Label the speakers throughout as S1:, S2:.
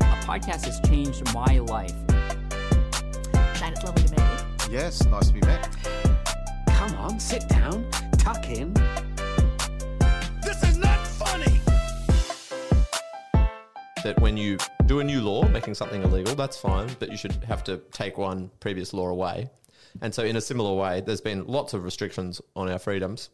S1: podcast has changed my life.
S2: Shane, it's lovely to meet you.
S3: Yes, nice to be back.
S4: Come on, sit down, tuck in.
S5: This is not funny.
S6: that when you do a new law, making something illegal, that's fine, but you should have to take one previous law away. And so, in a similar way, there's been lots of restrictions on our freedoms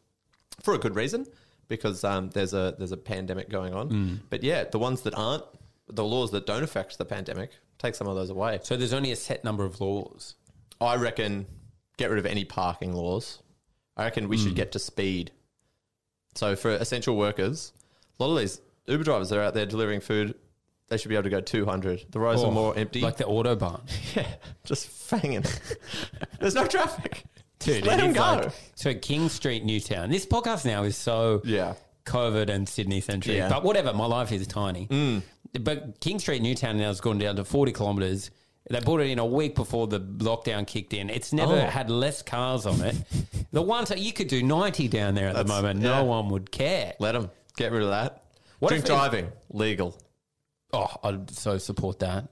S6: for a good reason, because um, there's a there's a pandemic going on. But yeah, the ones that aren't, the laws that don't affect the pandemic, take some of those away.
S7: So there's only a set number of laws.
S6: I reckon get rid of any parking laws. I reckon we
S7: Hmm.
S6: should get to speed. So for essential workers, a lot of these Uber drivers that are out there delivering food, they should be able to go 200. The roads
S7: Oh,
S6: are more empty.
S7: Like the Autobahn.
S6: yeah, just fanging. There's no traffic.
S7: Dude,
S6: let
S7: it
S6: them
S7: is
S6: go.
S7: like- so King Street, Newtown. This podcast now is so
S6: Yeah.
S7: COVID and Sydney centric.
S6: Yeah. Mm.
S7: But whatever, my life is tiny. But King Street, Newtown now has gone down to 40 kilometres. They brought it in a week before the lockdown kicked in. It's never
S6: Oh.
S7: had less cars on it. the ones that you could do 90 down there at the
S6: That's-
S7: moment,
S6: yeah.
S7: no one would care.
S6: Let them get rid of that.
S7: What
S6: Drink
S7: if it-
S6: driving legal.
S7: Oh, I'd so support that.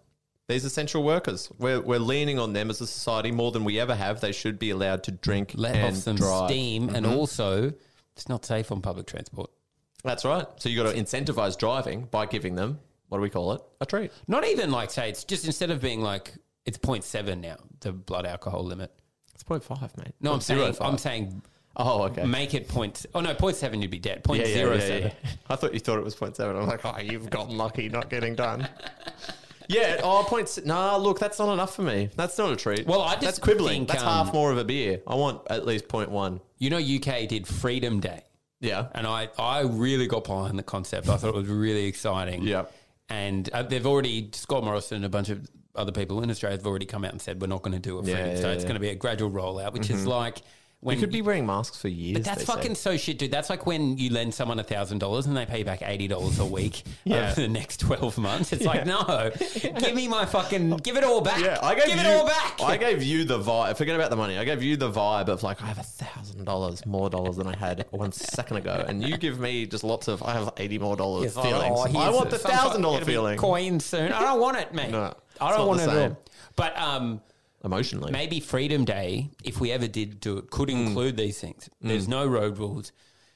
S6: These essential workers, we're, we're leaning on them as a society more than we ever have. They should be allowed to drink
S7: Let
S6: and
S7: off some
S6: drive. Mm-hmm.
S7: steam and also it's not safe on public transport.
S6: That's right. So you got to incentivize driving by giving them what do we call it? A treat.
S7: Not even like say it's just instead of being like it's 0.7 now the blood alcohol limit.
S6: It's point five, mate.
S7: No, I'm saying
S6: 0.05.
S7: I'm saying
S6: Oh, okay.
S7: make it point. Oh no, 0.7 you'd be dead. 0.07.
S6: I thought you thought it was 0.7. I'm like, oh, you've gotten lucky not getting done. yeah. Oh, point. s- Nah, look, that's not enough for me. That's not a treat.
S7: Well, I just
S6: that's quibbling.
S7: think,
S6: that's
S7: um,
S6: half more of a beer. I want at least 0.1.
S7: You know, UK did Freedom Day,
S6: Yeah.
S7: and I I really got behind the concept. I thought it was really exciting.
S6: Yeah.
S7: and uh, they've already Scott Morrison and a bunch of other people in Australia have already come out and said we're not going to do a
S6: Yeah,
S7: freedom. so
S6: yeah,
S7: it's
S6: yeah.
S7: going to be a gradual rollout, which is like when
S6: We could be wearing masks for years.
S7: But that's
S6: they say.
S7: fucking so shit, dude. That's like when you lend someone thousand dollars and they pay you back eighty dollars a week
S6: Yeah.
S7: over the next twelve months. It's like, no, give me my fucking, give it all back.
S6: Yeah, I gave
S7: give
S6: you,
S7: it all back.
S6: I gave you the vibe. Forget about the money. I gave you the vibe of like I have a thousand dollars more dollars than I had one second ago, and you give me just lots of I have eighty more dollars
S7: It's like,
S6: feelings.
S7: oh,
S6: I
S7: here's
S6: want the
S7: some sort of-
S6: thousand dollar
S7: it'll be
S6: feeling
S7: Coin soon. I don't want it, mate.
S6: No,
S7: I
S6: it's
S7: don't
S6: not
S7: want
S6: the
S7: it at
S6: same.
S7: all. But um,
S6: emotionally.
S7: maybe Freedom Day, if we ever did do it, could
S6: Mm.
S7: include these things. There's no road rules.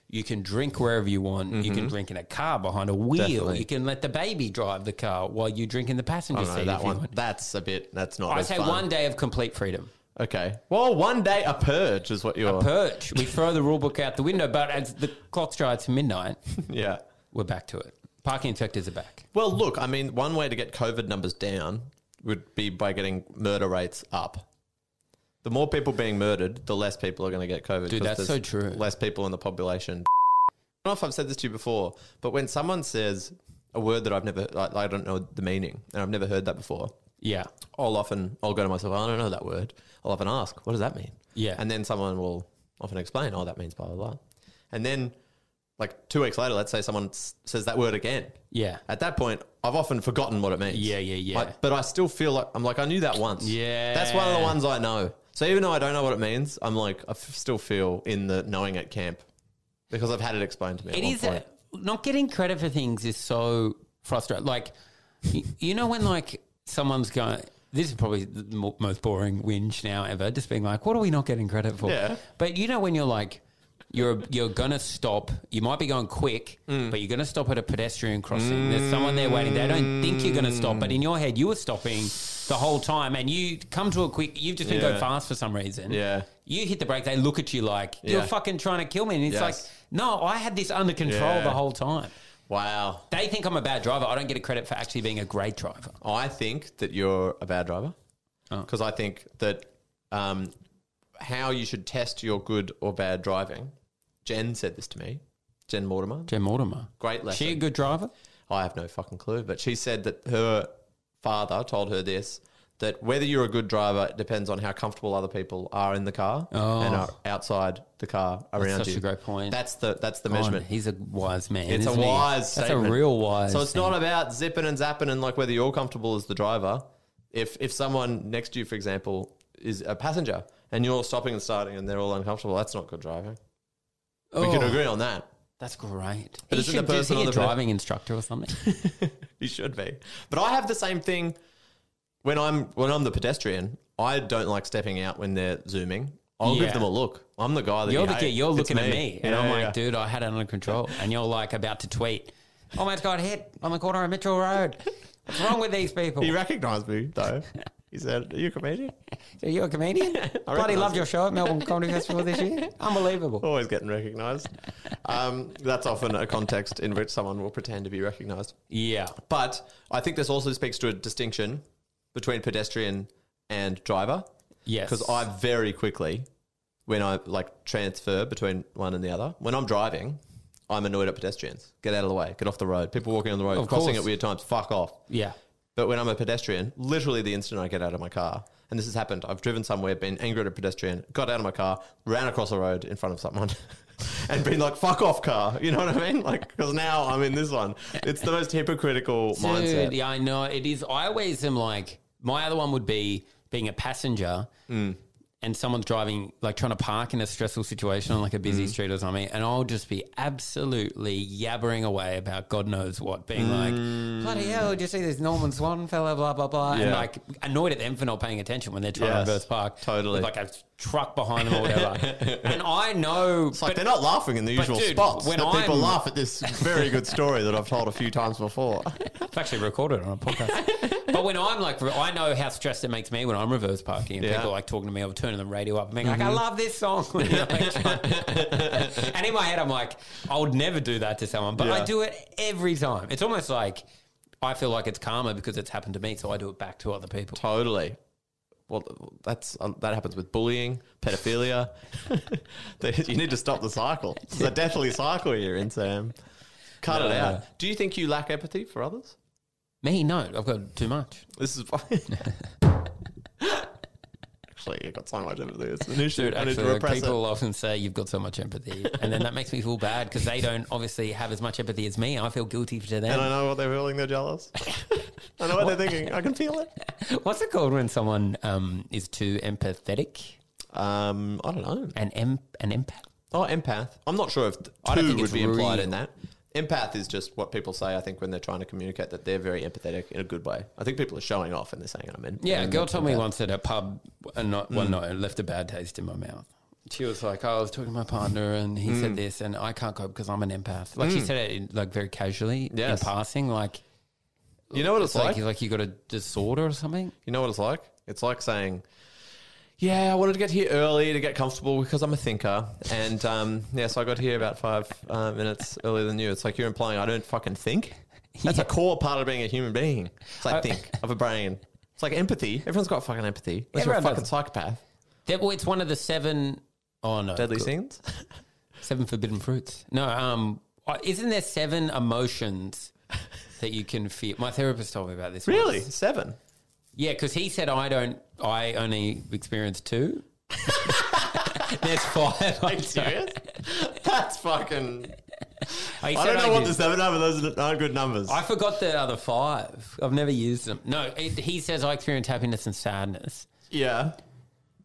S7: You can drink wherever you want. You can drink in a car behind a wheel.
S6: Mm-hmm. Definitely.
S7: You can let the baby drive the car while you drink in the passenger
S6: I don't know,
S7: seat. if
S6: that
S7: you
S6: one.
S7: want.
S6: That's a bit. That's not.
S7: I
S6: as
S7: say
S6: fun.
S7: one day of complete freedom.
S6: Okay. Well, one day a purge is what you're.
S7: Perch. We throw the rule book out the window, but as the clock strikes midnight,
S6: yeah.
S7: we're back to it. Parking inspectors are back.
S6: Well, look. I mean, one way to get COVID numbers down would be by getting murder rates up. The more people being murdered, the less people are going to get COVID.
S7: Dude,
S6: 'cause
S7: that's
S6: there's
S7: so true.
S6: Less people in the population. I don't know if I've said this to you before, but when someone says a word that I've never, like, I don't know the meaning, and I've never heard that before,
S7: Yeah.
S6: I'll often I'll go to myself, I don't know that word. I'll often ask, what does that mean?
S7: Yeah.
S6: And then someone will often explain, oh, that means blah, blah, blah. And then, like, two weeks later, let's say someone s- says that word again.
S7: Yeah.
S6: At that point, I've often forgotten what it means.
S7: Yeah, yeah, yeah.
S6: Like, but I still feel like, I'm like, I knew that once.
S7: Yeah.
S6: That's one of the ones I know. So even though I don't know what it means, I'm like, I f- still feel in the knowing it camp because I've had it explained to me. at
S7: It
S6: one
S7: is
S6: point.
S7: not getting credit for things is so frustrating. Like, y- you know, when like someone's going, this is probably the mo- most boring whinge now ever. Just being like, what are we not getting credit for?
S6: Yeah.
S7: But you know, when you're like, you're you're gonna stop. You might be going quick,
S6: Mm.
S7: but you're gonna stop at a pedestrian crossing. There's someone there waiting. They don't think you're gonna stop, but in your head, you were stopping the whole time, and you come to a quick. You've just been
S6: Yeah.
S7: going fast for some reason.
S6: Yeah.
S7: You hit the brake. They look at you like you're
S6: Yeah.
S7: fucking trying to kill me, and it's
S6: Yes.
S7: like no, I had this under control
S6: Yeah.
S7: the whole time.
S6: Wow.
S7: They think I'm a bad driver. I don't get a credit for actually being a great driver.
S6: I think that you're a bad driver
S7: Oh.
S6: because I think that um, how you should test your good or bad driving. Jen said this to me. Jen Mortimer,
S7: Jen Mortimer.
S6: great lesson.
S7: She a good driver?
S6: I have no fucking clue, but she said that her father told her this that whether you're a good driver depends on how comfortable other people are in the car
S7: Oh.
S6: and are outside the car around
S7: such
S6: you.
S7: a great point.
S6: That's the that's the measurement.
S7: God, he's a wise man.
S6: It's a
S7: isn't he?
S6: wise.
S7: That's
S6: statement.
S7: a real wise.
S6: So it's
S7: thing.
S6: not about zipping and zapping and like whether you're comfortable as the driver. If if someone next to you, for example, is a passenger and you're stopping and starting and they're all uncomfortable, that's not good driving. We can
S7: Oh.
S6: agree on that.
S7: That's great.
S6: But
S7: He
S6: isn't the
S7: should- is
S6: person
S7: he
S6: on
S7: a
S6: the-
S7: driving instructor or something?
S6: You should be. But I have the same thing when I'm when I'm the pedestrian. I don't like stepping out when they're zooming. I'll
S7: Yeah.
S6: give them a look. I'm the guy that
S7: You're
S6: you
S7: the
S6: hate.
S7: kid. You're
S6: It's
S7: looking at me, and
S6: Yeah,
S7: I'm
S6: yeah,
S7: like,
S6: yeah.
S7: dude, I had it under control. And you're like about to tweet. Almost got hit on the corner of Mitchell Road. What's wrong with these people?
S6: He recognised me though. He said, "Are you a comedian?"
S7: Are you a comedian? Bloody
S6: recognise
S7: loved
S6: it.
S7: your show at Melbourne Comedy Festival this year. Unbelievable.
S6: Always getting recognised. Um, that's often a context in which someone will pretend to be recognised.
S7: Yeah.
S6: But I think this also speaks to a distinction between pedestrian and driver.
S7: Yes.
S6: Because I very quickly, when I like transfer between one and the other, when I'm driving, I'm annoyed at pedestrians. Get out of the way. Get off the road. People walking on the road,
S7: Of
S6: crossing
S7: course.
S6: at weird times. Fuck off.
S7: Yeah.
S6: But when I'm a pedestrian, literally the instant I get out of my car, and this has happened, I've driven somewhere, been angry at a pedestrian, got out of my car, ran across the road in front of someone, and been like, fuck off, car. You know what I mean? Like, because now I'm in this one. It's the most hypocritical mindset.
S7: Dude, yeah, I know it is. I always am like my other one would be being a passenger
S6: Hmm.
S7: and someone's driving, like trying to park in a stressful situation on like a
S6: Hmm.
S7: busy street or something, and I'll just be absolutely yabbering away about God knows what, being like, bloody hell, did you see this Norman Swan fella, blah blah blah, and
S6: Hmm. Yeah.
S7: like annoyed at them for not paying attention when they're trying
S6: Yes,
S7: to reverse park,
S6: totally.
S7: with, like a truck behind them or whatever, and I know,
S6: It's
S7: but-
S6: like they're not laughing in the usual
S7: dude,
S6: spots.
S7: when
S6: When people
S7: I'm-
S6: laugh at this very good story that I've told a few times before.
S7: I've actually recorded it on a podcast. but when I'm like, I know how stressed it makes me when I'm reverse parking and
S6: Yeah.
S7: people are like talking to me or turning the radio up and being like, I love this song. You know, like- and in my head, I'm like, I would never do that to someone, but I
S6: Yeah.
S7: do it every time. It's almost like I feel like it's karma because it's happened to me, so I do it back to other people.
S6: Totally. Well, that's uh, that happens with bullying, pedophilia. you need to stop the cycle. It's a deathly cycle you're in, Sam. Cut it
S7: No.
S6: out. Do you think you lack empathy for others?
S7: Me, no, I've got too much.
S6: This is actually you've got so much empathy. It's an issue.
S7: Dude,
S6: I need to
S7: actually,
S6: repress it.
S7: people often say you've got so much empathy, and then that makes me feel bad because they don't obviously have as much empathy as me. I feel guilty for them.
S6: And I know what they're feeling. They're jealous. I know what, they're thinking. I can feel it.
S7: What's it called when someone um, is too empathetic?
S6: Um, I don't know.
S7: An em- an empath?
S6: Oh, empath. I'm not sure if th-
S7: I don't
S6: two
S7: think
S6: would
S7: it's
S6: be implied
S7: real.
S6: in that. Empath is just what people say, I think, when they're trying to communicate that they're very empathetic in a good way. I think people are showing off and they're saying, I'm in.
S7: Yeah, a
S6: I'm
S7: girl
S6: an
S7: told me
S6: empath.
S7: once at a pub uh, one night, one night and left a bad taste in my mouth. She was like, oh, I was talking to my partner and he said this and I can't go because I'm an empath. Like she said it in, like very casually
S6: Yes.
S7: in passing, like
S6: You know what it's,
S7: it's like,
S6: like?
S7: you like you got a disorder or something.
S6: You know what it's like? It's like saying, Yeah, I wanted to get here early to get comfortable because I'm a thinker. And um, yeah, so I got here about five uh, minutes earlier than you. It's like you're implying I don't fucking think. That's
S7: Yeah.
S6: a core part of being a human being. It's
S7: I-
S6: like think of a brain. It's like empathy. Everyone's got fucking empathy. Unless you're a
S7: Everyone
S6: fucking
S7: does.
S6: psychopath.
S7: That, well, it's one of the seven oh no
S6: Deadly
S7: good.
S6: sins.
S7: seven forbidden fruits. No, um, uh, isn't there seven emotions that you can feel? My therapist told me about this. once.
S6: Really? Seven.
S7: Yeah, because he said I don't. I only experience two. There's five. I
S6: serious? That's fucking.
S7: He
S6: I
S7: said
S6: don't know what
S7: did.
S6: the seven are, but those aren't good numbers.
S7: I forgot the other five. I've never used them. No, it, he says I experience happiness and sadness.
S6: yeah.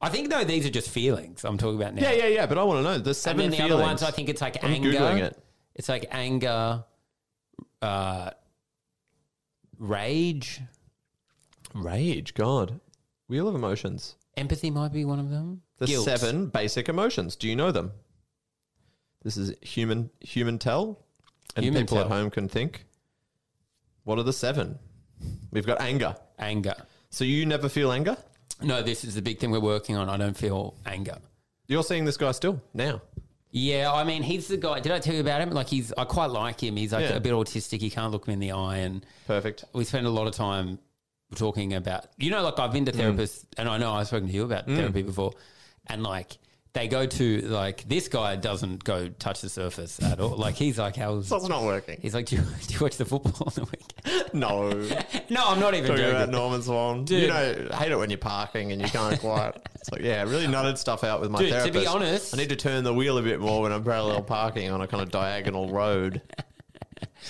S7: I think though these are just feelings I'm talking about now.
S6: Yeah, yeah, yeah. But I want to know the
S7: And
S6: seven
S7: then the
S6: feelings.
S7: other ones, I think it's like
S6: I'm
S7: anger.
S6: Googling it.
S7: It's like anger, uh, rage.
S6: Rage. God. Wheel of emotions.
S7: Empathy might be one of them.
S6: The
S7: Guilt.
S6: seven basic emotions. Do you know them? This is human human tell, and
S7: Human
S6: people at
S7: tell.
S6: home can think. What are the seven? We've got anger.
S7: Anger.
S6: So you never feel anger.
S7: No, this is the big thing we're working on. I don't feel anger.
S6: You're seeing this guy still now.
S7: Yeah, I mean, he's the guy. Did I tell you about him? Like, he's I quite like him. He's like
S6: Yeah.
S7: a bit autistic. He can't look me in the eye, and
S6: Perfect.
S7: we spend a lot of time talking about. You know, like I've been to
S6: Mm.
S7: therapists, and I know I've spoken to you about therapy before, and like. They go to like this guy doesn't go touch the surface at all. Like he's like, how?
S6: So it's not working.
S7: He's like, do you, do you watch the football on the weekend?
S6: No.
S7: No, I'm not even
S6: Talking
S7: joking.
S6: about Norman Swan.
S7: Dude.
S6: You know, I hate it when you're parking and you can't quite. It's like, yeah, I really nutted stuff out with my
S7: Dude, to
S6: therapist.
S7: be honest-
S6: I need to turn the wheel a bit more when I'm parallel parking on a kind of diagonal road.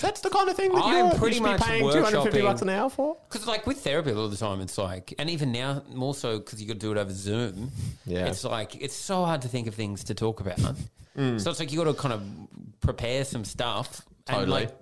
S6: That's the kind of thing that
S7: I'm
S6: you're
S7: pretty
S6: pretty you should
S7: much
S6: be paying 250
S7: workshopping-
S6: bucks an hour for.
S7: Because like with therapy all the time, it's like, and even now more so because you got to do it over Zoom.
S6: Yeah. Mm.
S7: it's like it's so hard to think of things to talk about. So it's like you got to kind of prepare some stuff. And
S6: Totally.
S7: like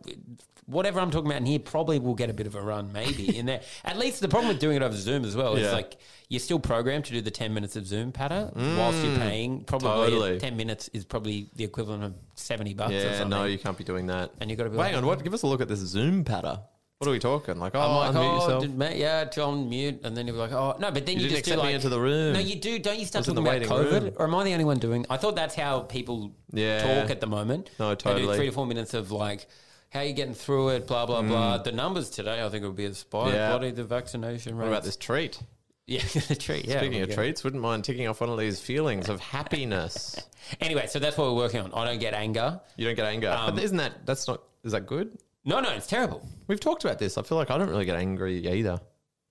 S7: whatever I'm talking about in here probably will get a bit of a run, maybe in there. At least the problem with doing it over Zoom as well is
S6: Yeah.
S7: like you're still programmed to do the 10 minutes of Zoom patter whilst you're paying. Probably
S6: Mm. totally.
S7: 10 minutes is probably the equivalent of 70 bucks or
S6: Yeah,
S7: something.
S6: no, you can't be doing that.
S7: And you gotta be
S6: Hang
S7: like-
S6: on, what? Give us a look at this Zoom patter. What are we talking? Like, oh,
S7: I'm like,
S6: unmute
S7: oh,
S6: yourself.
S7: did ma- yeah, John, mute, and then you'll be like, oh, no, but then
S6: You
S7: you,
S6: didn't
S7: just do
S6: accept me
S7: like,
S6: into the room.
S7: No, you do. Don't you start
S6: was in
S7: talking
S6: the
S7: about
S6: waiting
S7: COVID?
S6: room.
S7: Or am I the only one doing? I thought that's how people
S6: Yeah.
S7: talk at the moment. They
S6: No,
S7: do
S6: totally.
S7: three to four minutes of like, how you getting through it? Blah blah blah. The numbers today, I think, will be a spike.
S6: Mm. Yeah.
S7: Bloody the vaccination rate.
S6: what about this treat?
S7: Yeah, the treat. Yeah,
S6: Speaking of
S7: yeah.
S6: treats, wouldn't mind ticking off one of these feelings of happiness.
S7: Anyway, so that's what we're working on. I don't get anger.
S6: you don't get anger,
S7: Um,
S6: but isn't that that's not is that good?
S7: No, no, it's terrible.
S6: We've talked about this. I feel like I don't really get angry either.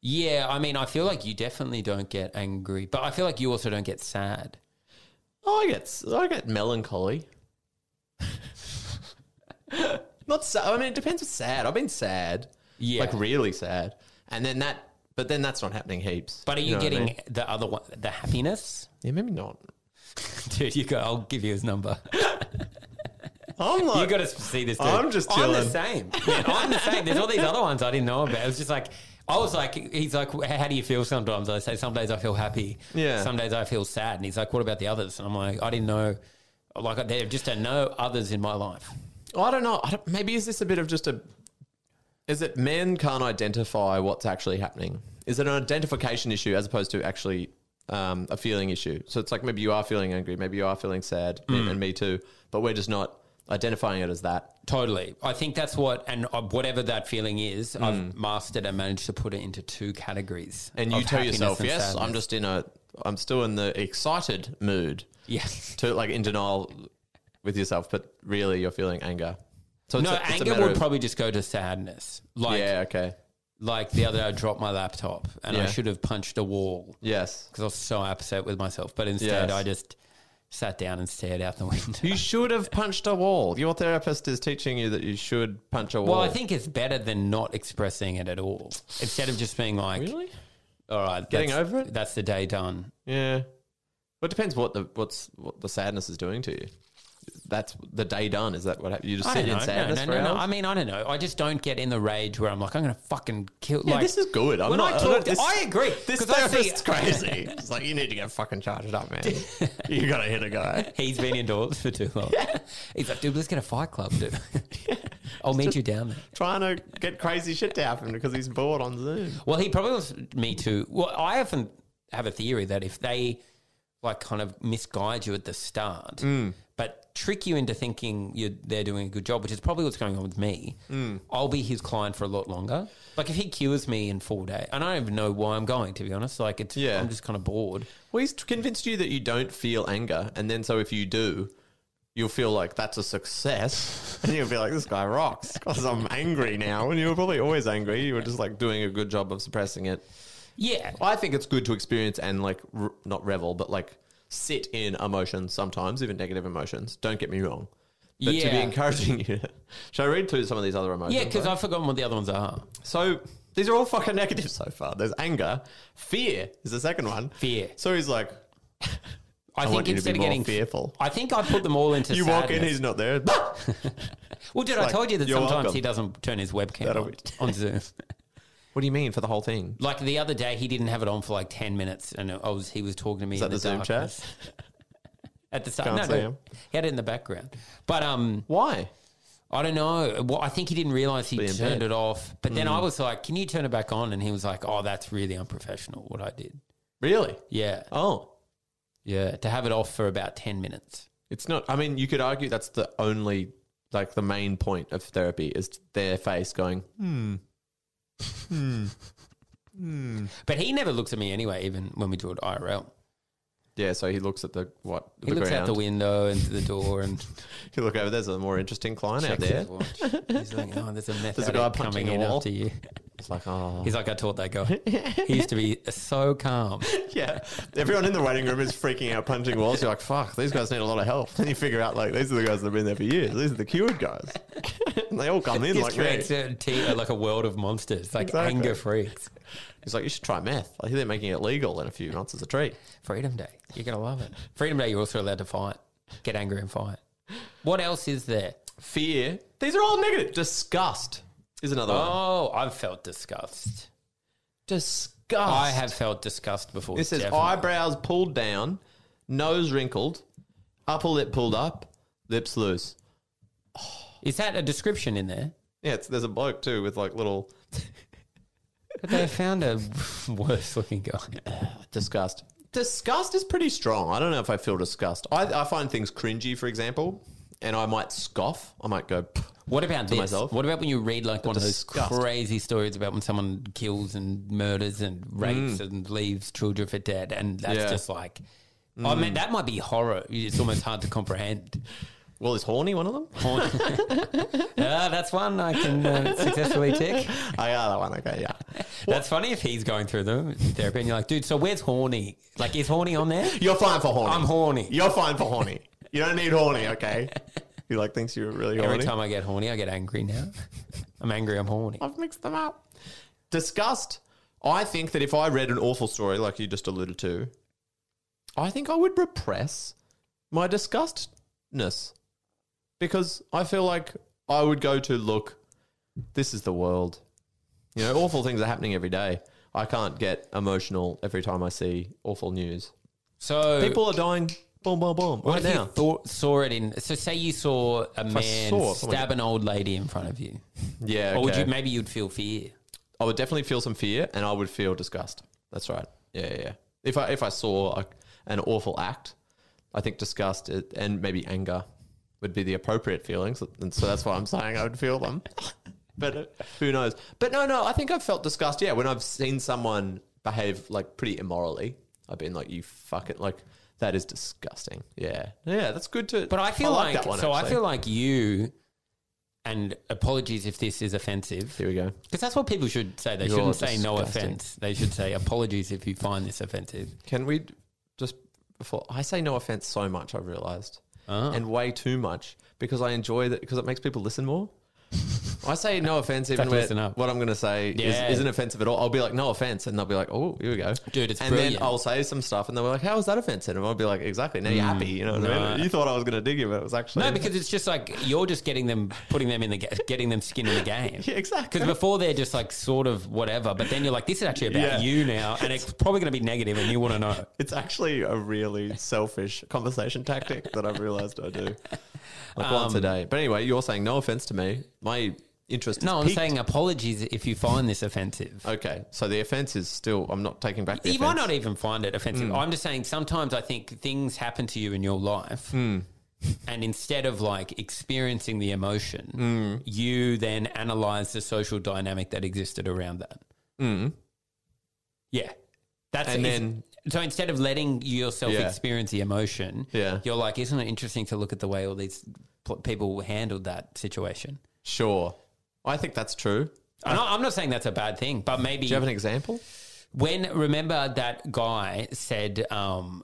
S7: Yeah, I mean, I feel like you definitely don't get angry, but I feel like you also don't get sad.
S6: Oh, I get I get melancholy. Not sad. I mean, it depends what's sad. I've been sad,
S7: Yeah.
S6: like really sad, and then that. But then that's not happening heaps.
S7: But are you,
S6: know what I
S7: getting
S6: mean?
S7: the other one, the happiness?
S6: Yeah, maybe not.
S7: Dude, you got. I'll give you his number.
S6: I'm like,
S7: You got to see this. Dude.
S6: I'm just
S7: I'm the
S6: chilling.
S7: same. Man, I'm the same. There's all these other ones I didn't know about. It was just like I was like, he's like, how do you feel sometimes? I say, some days I feel happy.
S6: Yeah.
S7: Some days I feel sad. And he's like, what about the others? And I'm like, I didn't know. Like there just are no others in my life.
S6: I don't know. I don't, maybe is this a bit of just a? Is it men can't identify what's actually happening? Is it an identification issue as opposed to actually um, a feeling issue? So it's like maybe you are feeling angry, maybe you are feeling sad,
S7: Mm.
S6: me- and me too, but we're just not identifying it as that.
S7: Totally. I think that's what, and uh, whatever that feeling is,
S6: Mm.
S7: I've mastered and managed to put it into two categories.
S6: And you
S7: of
S6: tell
S7: happiness
S6: yourself,
S7: and
S6: yes, I'm
S7: sadness."
S6: just in a, I'm still in the excited mood.
S7: Yes.
S6: To like in denial with yourself, but really you're feeling anger. So
S7: No,
S6: a- a
S7: anger
S6: matter
S7: would
S6: of-
S7: probably just go to sadness. Like,
S6: yeah, okay.
S7: like the other day, I dropped my laptop and I
S6: Yeah.
S7: should have punched a wall
S6: Yes.
S7: because I was so upset with myself. But instead,
S6: Yes.
S7: I just sat down and stared out the window.
S6: You should have punched a wall. Your therapist is teaching you that you should punch a wall.
S7: Well, I think it's better than not expressing it at all. Instead of just being like,
S6: really,
S7: "All right,
S6: Getting
S7: that's-
S6: over it?
S7: That's the day done.
S6: yeah. Well, it depends what the what's what the sadness is doing to you. That's the day done. Is that what happened? You just
S7: I
S6: sit
S7: don't know.
S6: in sadness
S7: No,
S6: for
S7: no, no, no.
S6: hours.
S7: I mean, I don't know. I just don't get in the rage where I'm like, I'm going to fucking kill.
S6: yeah,
S7: like,
S6: this is good. I'm
S7: when
S6: not.
S7: I
S6: I'm
S7: talk,
S6: not- this-
S7: I agree.
S6: This
S7: 'cause I see-
S6: therapist's crazy. It's like you need to get fucking charged up, man. you gotta hit a guy.
S7: He's been indoors for too long. He's like, dude, let's get a fight club, dude. I'll meet you down there.
S6: Trying to get crazy shit to happen because he's bored on Zoom.
S7: Well, he probably was me too. Well, I often have a theory that if they like kind of misguide you at the start,
S6: Mm.
S7: but trick you into thinking you're, they're doing a good job, which is probably what's going on with me,
S6: Mm.
S7: I'll be his client for a lot longer. Like if he cures me in four days, and I don't even know why I'm going to be honest. Like it's,
S6: Yeah.
S7: I'm just kind of bored.
S6: Well, he's convinced you that you don't feel anger, and then so if you do, you'll feel like that's a success, and you'll be like, "This guy rocks," because I'm angry now, and you were probably always angry. You were just like doing a good job of suppressing it.
S7: Yeah,
S6: I think it's good to experience and like r- not revel, but like sit in emotions sometimes, even negative emotions. Don't get me wrong, but to be
S7: Yeah.
S6: encouraging you, should I read through some of these other emotions?
S7: yeah, because
S6: though?
S7: I've forgotten what the other ones are.
S6: So these are all fucking negative so far. There's anger, fear is the second one.
S7: Fear.
S6: So he's like.
S7: I,
S6: want
S7: think
S6: you to
S7: instead
S6: be
S7: of
S6: more
S7: getting
S6: fearful.
S7: I think I put them all into.
S6: You walk in,
S7: sadness.
S6: he's not there.
S7: Well, dude, I
S6: like,
S7: told you that
S6: "You're
S7: sometimes
S6: welcome."
S7: he doesn't turn his webcam
S6: That'll
S7: on,
S6: be-
S7: on Zoom.
S6: What do you mean for the whole thing?
S7: Like the other day, he didn't have it on for like ten minutes, and I was he was talking to me.
S6: Is that
S7: in
S6: the Zoom
S7: darkness.
S6: chat?
S7: At the start, no,
S6: Can't see
S7: no,
S6: him.
S7: he had it in the background. But um,
S6: Why?
S7: I don't know. Well, I think he didn't realize he
S6: Be in
S7: turned
S6: bed.
S7: it off. But then
S6: Mm.
S7: I was like, "Can you turn it back on?" And he was like, "Oh, that's really unprofessional. What I did."
S6: Really?
S7: Yeah,
S6: Oh,
S7: yeah. To have it off for about ten minutes.
S6: it's not. I mean, you could argue that's the only, like, the main point of therapy is their face going.
S7: But he never looks at me anyway, even when we do it IRL.
S6: Yeah, so he looks at the what?
S7: He
S6: the
S7: looks out
S6: ground.
S7: the window and to the door and
S6: You look over. There's a more interesting client out
S7: checks
S6: there.
S7: his watch. He's like, "Oh, there's a meth
S6: There's a
S7: addict
S6: guy punching
S7: coming
S6: a
S7: in
S6: wall."
S7: after you."
S6: It's like, oh,
S7: He's like, I taught that guy. he used to be so calm.
S6: yeah. Everyone in the waiting room is freaking out, punching walls. You're like, fuck, these guys need a lot of help. Then you figure out, like, these are the guys that have been there for years. These are the cured guys. and they all come in
S7: He
S6: like me.
S7: creates a t- uh, like a world of monsters, like
S6: Exactly.
S7: anger freaks.
S6: He's like, you should try meth. I hear they're making it legal in a few months as a treat.
S7: Freedom Day, you're gonna love it. Freedom Day, you're also allowed to fight, get angry and fight. What else is there?
S6: Fear. These are all negative. Disgust is another one.
S7: Oh, I've felt disgust.
S6: Disgust.
S7: I have felt disgust before.
S6: It says
S7: definitely.
S6: eyebrows pulled down, nose wrinkled, upper lip pulled up, lips loose.
S7: Is that a description in there?
S6: Yeah, it's, there's a bloke too with like little
S7: But they found a worse looking guy.
S6: disgust. Disgust is pretty strong. I don't know if I feel disgust. I, I find things cringy, for example, and I might scoff. I might go, "Pff."
S7: What about
S6: To
S7: this?
S6: myself.
S7: What about when you read like one of
S6: disgust.
S7: those crazy stories about when someone kills and murders and rapes and leaves children for dead, and that's
S6: Mm. Yeah. Mm.
S7: just like, I mean, that might be horror. It's almost hard to comprehend.
S6: well, is horny one of them?
S7: Horn- Ah, that's one I can uh, successfully tick.
S6: Oh, yeah, that one. Okay, yeah.
S7: That's funny if he's going through them therapy, and you're like, dude, so where's horny? Like, is horny on there?
S6: You're fine for horny.
S7: I'm horny.
S6: You're fine for horny. You don't need horny, okay? He like thinks you're really horny.
S7: Every time I get horny, I get angry now. I'm angry. I'm horny.
S6: I've mixed them up. Disgust. I think that if I read an awful story like you just alluded to, I think I would repress my disgustness because I feel like I would go to look. This is the world. You know, awful things are happening every day. I can't get emotional every time I see awful news.
S7: So
S6: People are dying. Boom, boom, boom.
S7: What
S6: Right
S7: if
S6: now.
S7: you thought, saw it in? So, say you saw a
S6: I
S7: man
S6: saw someone-
S7: stab an old lady in front of you,
S6: yeah.
S7: or would
S6: okay.
S7: you? Maybe you'd feel fear.
S6: I would definitely feel some fear, and I would feel disgust. That's right. Yeah, yeah. yeah. If I if I saw a, an awful act, I think disgust it- and maybe anger would be the appropriate feelings, and so that's why I'm saying I would feel them. but uh, who knows? But no, no. I think I've felt disgust. Yeah, when I've seen someone behave like pretty immorally, I've been like, you fucking like. That is disgusting. Yeah, yeah, that's good to.
S7: But I feel like, so. I
S6: actually.
S7: feel like you. And apologies if this is offensive,
S6: Here we go.
S7: because that's what people should say. They
S6: You're
S7: shouldn't say no
S6: disgusting.
S7: offense. They should say apologies if you find this offensive.
S6: Can we d- just before I say no offense so much? I've realized,
S7: Ah.
S6: and way too much because I enjoy that because it makes people listen more. I say no offense, even
S7: Don't
S6: when
S7: listen up.
S6: what I'm going to say
S7: Yeah.
S6: is, isn't offensive at all. I'll be like, no offense, and they'll be like, oh, here we go,
S7: Dude, it's
S6: and
S7: brilliant.
S6: then I'll say some stuff, and they'll be like, how is that offensive? And I'll be like, exactly. Now you're happy, you know what I mean?
S7: No.
S6: You thought I was going to dig you, but it was actually
S7: Mm. No, because it's just like you're just getting them, putting them in the, ga- getting them skin in the game.
S6: Yeah, exactly.
S7: Because before they're just like sort of whatever, but then you're like, this is actually about
S6: Yeah.
S7: you now, and it's probably going to be negative, and you want to know.
S6: It's actually a really selfish conversation tactic that I've realized I do. Like once
S7: Um,
S6: a day. But anyway, you're saying no offense to me. My interest
S7: No,
S6: is
S7: I'm
S6: piqued.
S7: saying apologies if you find this offensive.
S6: Okay, so the offense is still. I'm not taking back the
S7: You might
S6: offense. Hmm.
S7: not even find it offensive. I'm just saying sometimes I think things happen to you in your life.
S6: Hmm.
S7: And instead of like experiencing the emotion,
S6: Hmm.
S7: you then analyze the social dynamic that existed around that. Yeah. That's
S6: Hmm. And
S7: it's-
S6: then-
S7: so instead of letting yourself
S6: Yeah.
S7: experience the emotion,
S6: Yeah.
S7: you're like, isn't it interesting to look at the way all these pl- people handled that situation?
S6: Sure, I think that's true.
S7: And I- I'm not saying that's a bad thing, but maybe
S6: Do you have an example?
S7: when remember that guy said um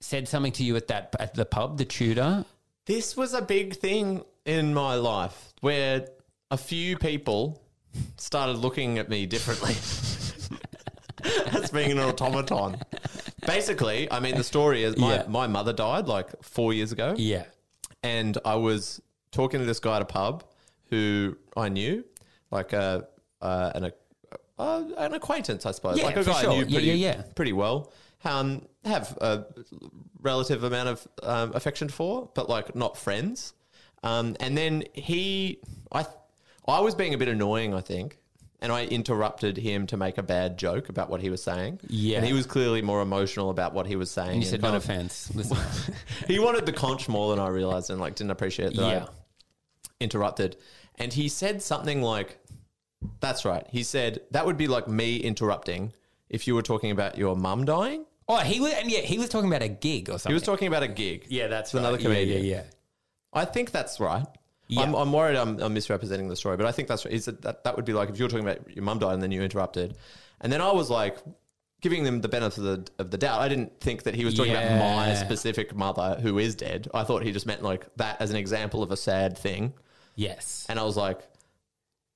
S7: said something to you at that at the pub the tutor
S6: This was a big thing in my life where a few people started looking at me differently as being an automaton. Basically, I mean, the story is my,
S7: Yeah.
S6: my mother died like four years ago.
S7: yeah
S6: and I was talking to this guy at a pub who I knew, like a uh, an uh, an acquaintance, I suppose,
S7: Yeah,
S6: like a
S7: for
S6: guy
S7: sure.
S6: I knew
S7: Yeah,
S6: pretty
S7: yeah, yeah.
S6: pretty well. Um, have a relative amount of um, affection for, but like not friends. Um, and then he, I, I was being a bit annoying, I think. And I interrupted him to make a bad joke about what he was saying.
S7: Yeah.
S6: And he was clearly more emotional about what he was saying.
S7: and you said
S6: kind
S7: no
S6: of-
S7: offense listen
S6: he wanted the conch more than I realized and like didn't appreciate that
S7: Yeah.
S6: I interrupted. And he said something like, "That's right." He said that would be like me interrupting if you were talking about your mum dying.
S7: oh he was and yeah he was talking about a gig or something
S6: He was talking about a gig.
S7: yeah that's
S6: It's
S7: right.
S6: another
S7: yeah
S6: comedian.
S7: yeah, yeah.
S6: I think that's right.
S7: Yeah.
S6: I'm, I'm worried I'm, I'm misrepresenting the story, but I think that's right. Is that, that that would be like if you're talking about your mum died and then you interrupted, and then I was like giving them the benefit of the, of the doubt. I didn't think that he was talking about my
S7: Yeah.
S6: specific mother who is dead. I thought he just meant like that as an example of a sad thing,
S7: yes
S6: and I was like,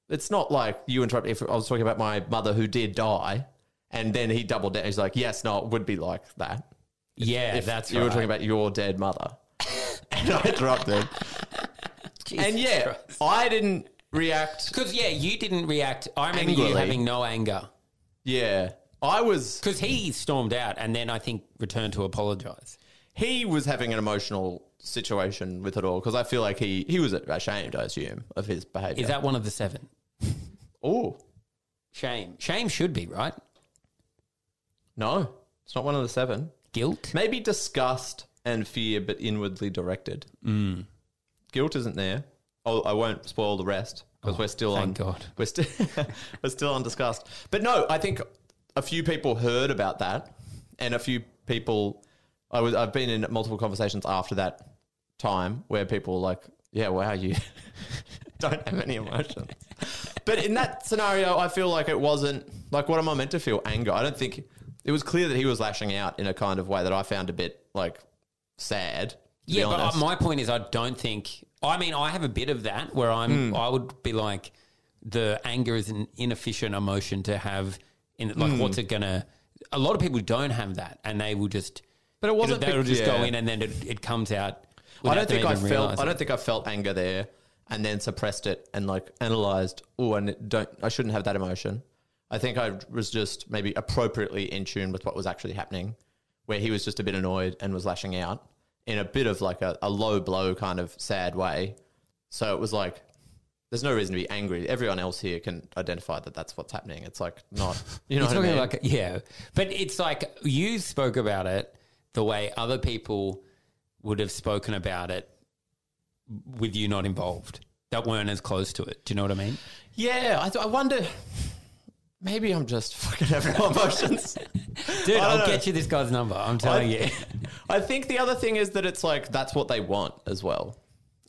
S6: it's not like you interrupt. If I was talking about my mother who did die, and then he doubled down. He's like, yes, no, it would be like that
S7: yeah
S6: if
S7: that's
S6: you
S7: right.
S6: were talking about your dead mother. and I interrupted. and yeah, I didn't react.
S7: Because yeah, you didn't react. I remember you
S6: Angrily.
S7: having no anger
S6: Yeah, I was.
S7: because he stormed out and then I think returned to apologise.
S6: He was having an emotional situation with it all because I feel like he he was ashamed. I assume of his behavior.
S7: Is that one of the seven?
S6: oh
S7: Shame. Shame should be right.
S6: no? It's not one of the seven.
S7: Guilt.
S6: Maybe disgust and fear, but inwardly directed.
S7: Mm.
S6: Guilt isn't there. Oh, I won't spoil the rest because we're still
S7: Oh, thank
S6: on.
S7: God.
S6: we're still we're still on disgust. But no, I think a few people heard about that, and a few people. I was I've been in multiple conversations after that time where people were like, "Yeah, wow, you don't have any emotions." but in that scenario, I feel like it wasn't like what am I meant to feel? Anger. I don't think it was clear that he was lashing out in a kind of way that I found a bit like sad. to be
S7: Yeah, but uh,
S6: honest.
S7: my point is, I don't think. I mean, I have a bit of that where
S6: Hmm.
S7: I'm. I would be like, the anger is an inefficient emotion to have. In like, what's
S6: Hmm.
S7: it gonna? A lot of people don't have that, and they will just.
S6: But it wasn't
S7: They'll
S6: bec-
S7: just go
S6: yeah.
S7: in, and then it, it comes out.
S6: I
S7: without
S6: don't
S7: them
S6: think I
S7: even
S6: felt.
S7: realising.
S6: I don't think I felt anger there, and then suppressed it and like analyzed. Oh, and don't I shouldn't have that emotion. I think I was just maybe appropriately in tune with what was actually happening, where he was just a bit annoyed and was lashing out in a bit of like a, a low blow kind of sad way. So it was like, there's no reason to be angry. Everyone else here can identify that that's what's happening. It's like not, you
S7: You're
S6: know, what I
S7: talking
S6: mean?
S7: like yeah, but it's like you spoke about it the way other people would have spoken about it with you not involved. That weren't as close to it. Do you know what I mean?
S6: yeah. I, th- I wonder. Maybe I'm just fucking having no emotions.
S7: Dude,
S6: I
S7: I'll
S6: don't know.
S7: get you this guy's number. I'm telling you.
S6: I think the other thing is that it's like that's what they want as well.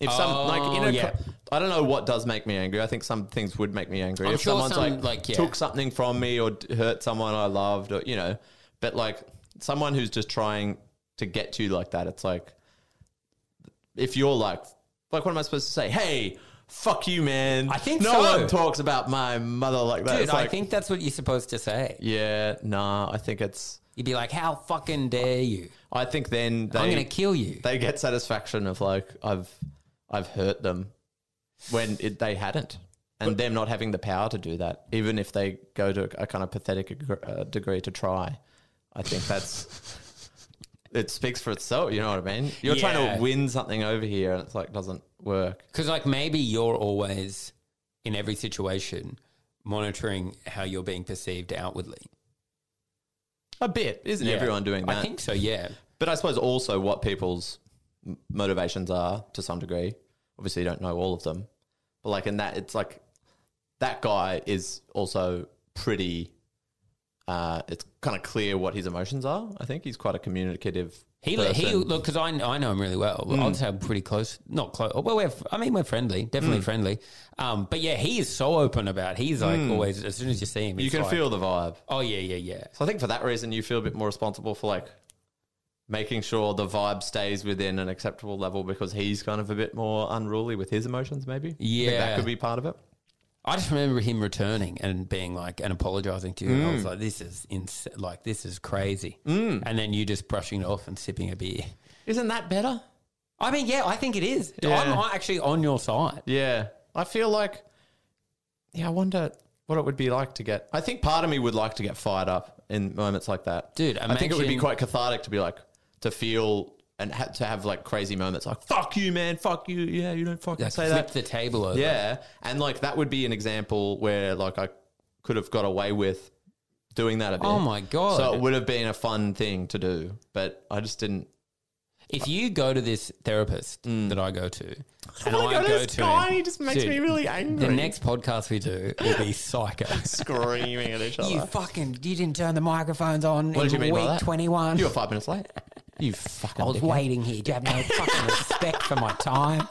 S6: If some like in
S7: Oh,
S6: a,
S7: yeah.
S6: I don't know what does make me angry. I think some things would make me angry.
S7: I'm
S6: if
S7: sure
S6: someone's
S7: some,
S6: like,
S7: like, yeah.
S6: took something from me or d- hurt someone I loved, or you know, but like someone who's just trying to get to you like that, it's like if you're like, like what am I supposed to say? Hey. Fuck you, man.
S7: I think
S6: no
S7: so.
S6: one talks about my mother like that.
S7: Dude,
S6: It's
S7: I
S6: like,
S7: think that's what you're supposed to say.
S6: yeah, nah. I think it's.
S7: You'd be like, "How fucking dare you?
S6: I think then they,
S7: I'm going to kill you."
S6: they get satisfaction of like I've I've hurt them when it, they hadn't, and them not having the power to do that, even if they go to a kind of pathetic ag- uh, degree to try. I think that's it speaks for itself. You know what I mean? You're trying
S7: Yeah.
S6: to win something over here, and it's like doesn't work.
S7: Because like maybe you're always in every situation monitoring how you're being perceived outwardly.
S6: A bit, isn't everyone doing that?
S7: I think so. Yeah.
S6: But I suppose also what people's m- motivations are to some degree. Obviously, you don't know all of them, but like in that, it's like that guy is also pretty. Uh, it's kind of clear what his emotions are. I think he's quite a communicative.
S7: He,
S6: person. Mm.
S7: he look because I, I know him really well. I'd say I'm pretty close, not close. Well, we're I mean we're friendly, definitely
S6: Mm.
S7: friendly. Um, but yeah, he is so open about. He's like always as soon as you see him,
S6: Mm. you
S7: it's
S6: can
S7: like,
S6: feel the vibe.
S7: Oh yeah, yeah, yeah.
S6: So I think for that reason, you feel a bit more responsible for like making sure the vibe stays within an acceptable level because he's kind of a bit more unruly with his emotions. Maybe I think
S7: Yeah.
S6: that could be part of it.
S7: I just remember him returning and being like and apologizing to you. And I
S6: Mm.
S7: was like, this is ins- like this is crazy. Mm. And then you just brushing it off and sipping a beer.
S6: Isn't that better?
S7: I mean, yeah, I think it is.
S6: Yeah.
S7: I'm actually on your side.
S6: Yeah. I feel like, yeah, I wonder what it would be like to get. I think part of me would like to get fired up in moments like that.
S7: Dude,
S6: I think it would be
S7: imagine-
S6: quite cathartic to be like, to feel and ha- to have like crazy moments like, fuck you, man, fuck you. Yeah, you don't fucking
S7: Like,
S6: say
S7: flip
S6: that.
S7: the table over.
S6: Yeah. And like, that would be an example where like I could have got away with doing that a bit.
S7: Oh my god.
S6: So it would have been a fun thing to do, but I just didn't.
S7: If you go to this therapist
S6: Mm.
S7: that I go to, and I, go to him, dude,
S6: angry.
S7: The next podcast we do will be psycho.
S6: screaming at each other.
S7: fucking, you didn't turn the microphones on
S6: What did you mean by that?
S7: 21.
S6: You were five minutes late. You fucking.
S7: I was waiting here. Do you have no fucking respect for my time?